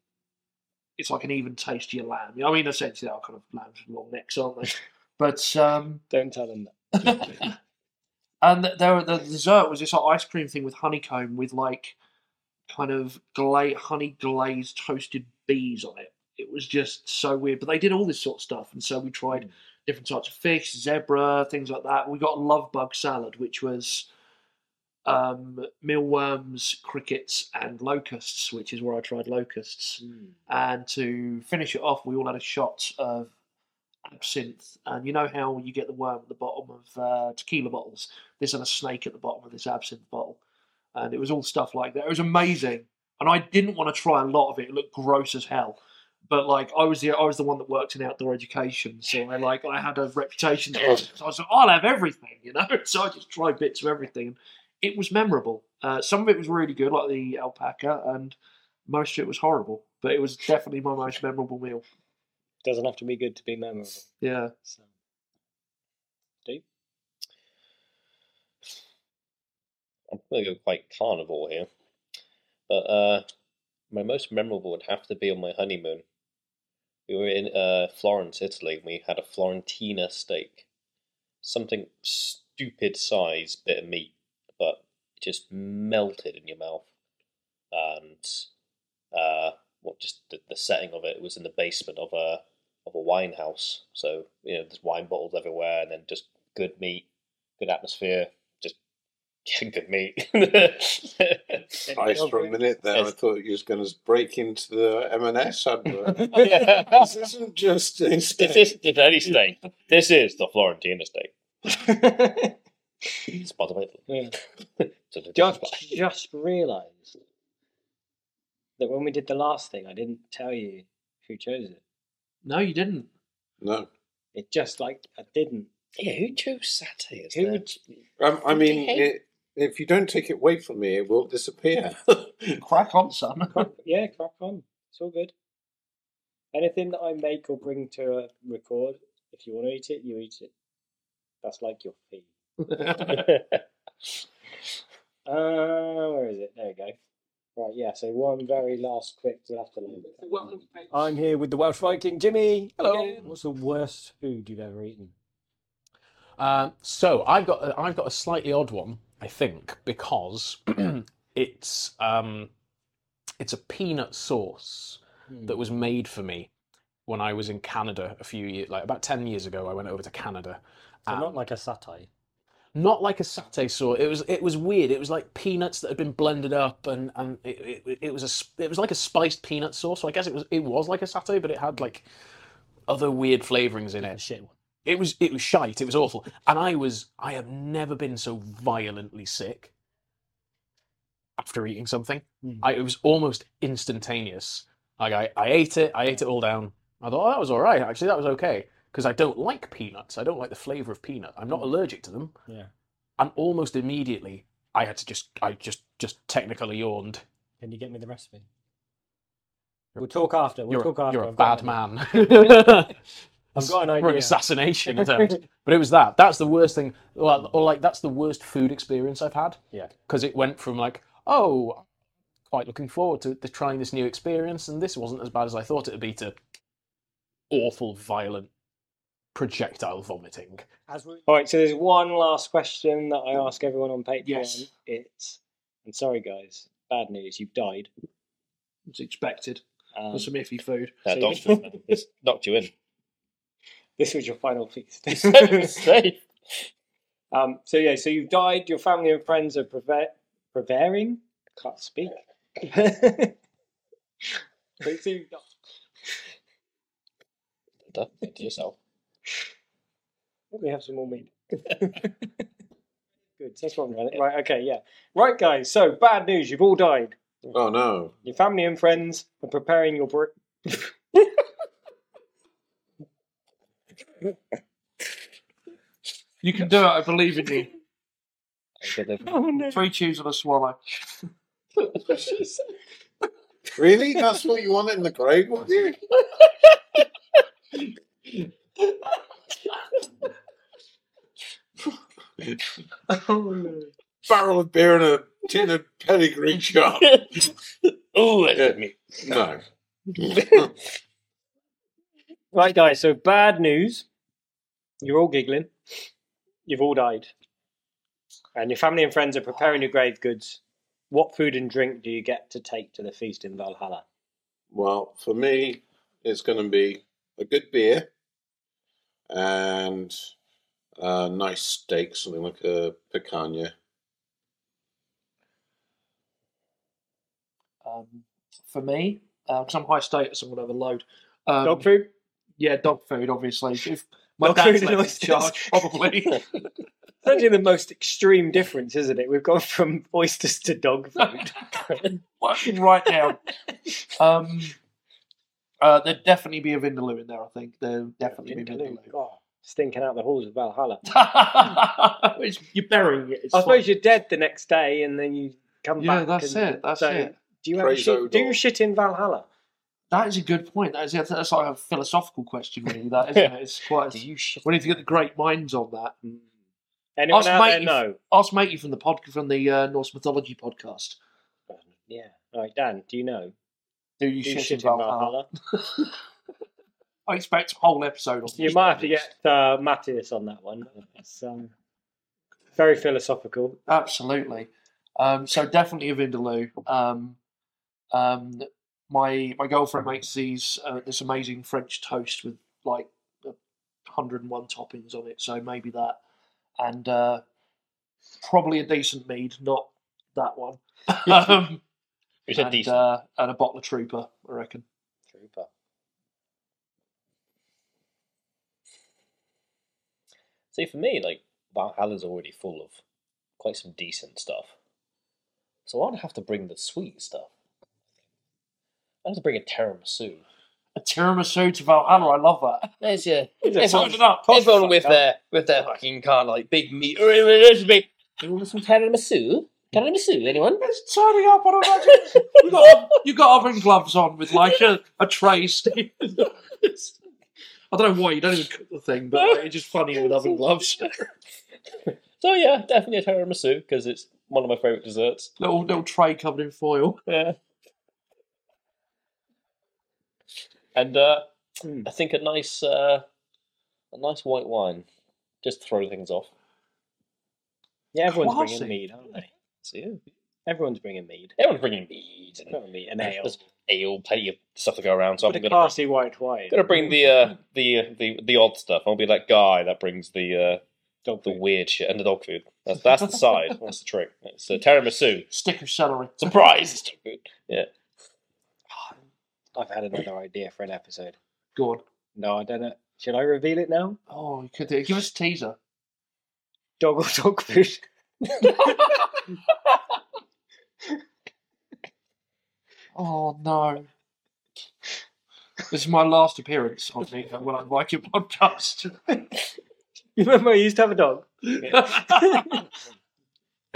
it's like an even tastier lamb. You know, I mean, essentially, they are kind of lambs with long necks, aren't they? But um, don't tell them that. and th- there, the dessert was this like, ice cream thing with honeycomb with like kind of gla- honey glazed toasted bees on it. It was just so weird. But they did all this sort of stuff, and so we Hmm. tried different types of fish, zebra, things like that. We got a love bug salad, which was um, mealworms, crickets, and locusts, which is where I tried locusts. Hmm. And to finish it off, we all had a shot of absinthe. And you know how you get the worm at the bottom of uh, tequila bottles? This had a snake at the bottom of this absinthe bottle. And it was all stuff like that. It was amazing. And I didn't want to try a lot of it. It looked gross as hell. But like I was the I was the one that worked in outdoor education, so I like I had a reputation. So I was like, I'll have everything, you know. So I just tried bits of everything. It was memorable. Uh, some of it was really good, like the alpaca, and most of it was horrible. But it was definitely my most memorable meal. Doesn't have to be good to be memorable. Yeah. Steve? I'm going to go quite carnivore here. But uh, my most memorable would have to be on my honeymoon. We were in uh, Florence, Italy, and we had a Florentina steak. Something stupid size bit of meat, but it just melted in your mouth. And uh, what just the, the setting of it was in the basement of a of a wine house, so you know there's wine bottles everywhere, and then just good meat, good atmosphere, just good meat. Ice for a minute there. I thought you was going to break into the M&S advert. this isn't just a steak. This isn't any steak. This is the Florentina steak. Sponsored by Italy. Just, just realised that when we did the last thing, I didn't tell you who chose it. No, you didn't. No. It just like I didn't. Yeah, who chose satire? Who would? Um, I mean, Okay. it, if you don't take it away from me, it will disappear. Crack on, son. Yeah, crack on. It's all good. Anything that I make or bring to a record, if you want to eat it, you eat it. That's like your fee. Uh, where is it? There we go. Right, yeah. So one very last quick. We'll have to leave it. I'm here with the Welsh Viking, Jimmy. Hello. What's the worst food you've ever eaten? Um, so I've got a, I've got a slightly odd one, I think, because it's um, it's a peanut sauce Hmm. that was made for me when I was in Canada a few years, like about ten years ago. I went over to Canada. So and- not like a satay. not like a satay sauce. It was it was weird. It was like peanuts that had been blended up, and and it, it, it was a sp- it was like a spiced peanut sauce. So I guess it was it was like a satay, but it had like other weird flavorings in it. It was it was shite. It was awful. And I was I have never been so violently sick after eating something. I, it was almost instantaneous. Like I, I ate it, I ate it all down. I thought, oh, that was all right. Actually, that was okay because I don't like peanuts. I don't like the flavor of peanut. I'm not allergic to them Yeah. and almost immediately I had to just I just just technically yawned. Can you get me the recipe? We'll talk after. We'll you're, talk after. You're a I've got bad an man. I've got an For an idea. assassination attempt. But it was that. That's the worst thing. Well, or like that's the worst food experience I've had. Yeah. Because it went from like, oh, I'm quite looking forward to, to trying this new experience, and this wasn't as bad as I thought it'd be to awful, violent projectile vomiting. As we... All right, so there's one last question that I ask everyone on Patreon. Yes. It's, and sorry guys, bad news, you've died. It's expected. Um, With some iffy food. That doctor it's knocked you in. This was your final piece. Safe. Um, so yeah, so you've died. Your family and friends are preve- preparing. Can't speak. They seem- Don't do it to yourself. Let me have some more meat. Good. That's one right. Right. Okay. Yeah. Right, guys. So bad news. You've all died. Oh no. Your family and friends are preparing your. Br- You can do it. I believe in you. Oh, no. Three chews and a swallow. really? That's what you want in the grave, would you? Hmm. Barrel of beer and a tin of pedigree shot. oh, that's me. No. right, guys. So bad news. You're all giggling. You've all died, and your family and friends are preparing your grave goods. What food and drink do you get to take to the feast in Valhalla? Well, for me, it's going to be a good beer and a nice steak, something like a picanha. Um, for me, because I'm high status, I'm gonna have a load. Um, dog food. Yeah, dog food. Obviously, if my Dog food dad's left in oysters. charge, probably. It's actually the most extreme difference, isn't it? We've gone from oysters to dog food. Working right now. um, uh, there'd definitely be a Vindaloo in there. I think there'd definitely be Vindaloo. God, stinking out the halls of Valhalla. You're burying it. it's I fine. suppose you're dead the next day, and then you come Yeah, back. that's and- it, that's so it. Do you have Praise shit, do you Odor. shit in Valhalla? That is a good point. That is, that's like a philosophical question, really. That isn't it? It's quite. Do you we need to get the great minds on that. hmm. Anyone out there Matey- know? Ask Matey from the pod from the uh, Norse mythology podcast. Yeah. All right, Dan. Do you know? Do you, shit, in Valhalla? I expect a whole episode on You this. might have to get uh, Matthias on that one. It's, um, Very philosophical. Absolutely. Um, so definitely a Vindaloo. Um, um, my my girlfriend makes these uh, this amazing French toast with like 101 toppings on it. So maybe that, and uh, probably a decent mead, not that one. um, You said and, decent. Uh, and a bottle of Trooper, I reckon. Trooper. See, for me, like Valhalla's already full of quite some decent stuff, so I'd have to bring the sweet stuff. I'd have to bring a tiramisu. A tiramisu to Valhalla, I love that. There's your It's a everyone, punch- up. everyone with their with their fucking kind of like big meat. You want some tiramisu? Tiramisu, anyone? It's turning up on a budget. you got you got oven gloves on with like a, a tray. stand. I don't know why you don't even cook the thing, but like, it's just funny with oven gloves. So yeah, definitely a tiramisu because it's one of my favourite desserts. little little tray covered in foil. Yeah. And uh, I think a nice uh, a nice white wine just to throw things off. Yeah, everyone's Classy. bringing mead, aren't they? So yeah. Everyone's bringing mead. Everyone's bringing mead and, mead and There's- ale. there's ale, plenty of stuff to go around. So I'm But gonna a classy white wine. gonna bring the uh, the the the odd stuff. I'll be that guy that brings the uh, the weird shit and the dog food. That's that's the side. That's the trick. It's uh, tiramisu. Stick of celery. Surprise! It's dog food. Yeah. I've had another idea for an episode. Go on. No, I don't know. Should I reveal it now? Oh, you could do it. Give us a teaser. Dog or dog food? Oh no. This is my last appearance on the uh, Well I Like It podcast. You remember I used to have a dog? and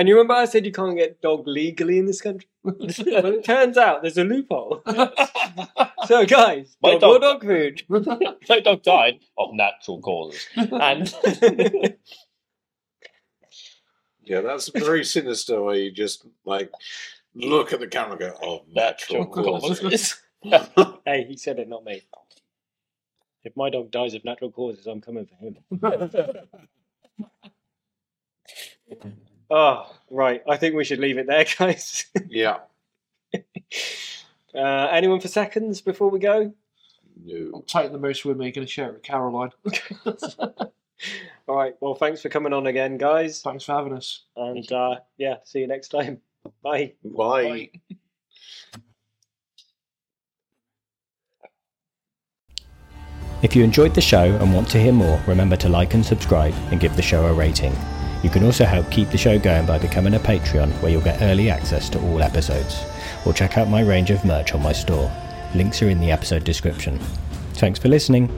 you remember I said you can't get dog legally in this country? well, it turns out there's a loophole. so, guys, My dog or dog- dog food? My dog died of natural causes. And Yeah, that's very sinister where you just like look at the camera and go, oh, natural causes. hey, he said it, not me. If my dog dies of natural causes, I'm coming for him. oh, right. I think we should leave it there, guys. Yeah. Uh, anyone for seconds before we go? No. I'm taking the moose with me, gonna share it with Caroline. All right. Well, thanks for coming on again, guys. Thanks for having us. And uh, yeah, see you next time. Bye. Bye. If you enjoyed the show and want to hear more, remember to like and subscribe and give the show a rating. You can also help keep the show going by becoming a Patreon, where you'll get early access to all episodes. Or check out my range of merch on my store. Links are in the episode description. Thanks for listening.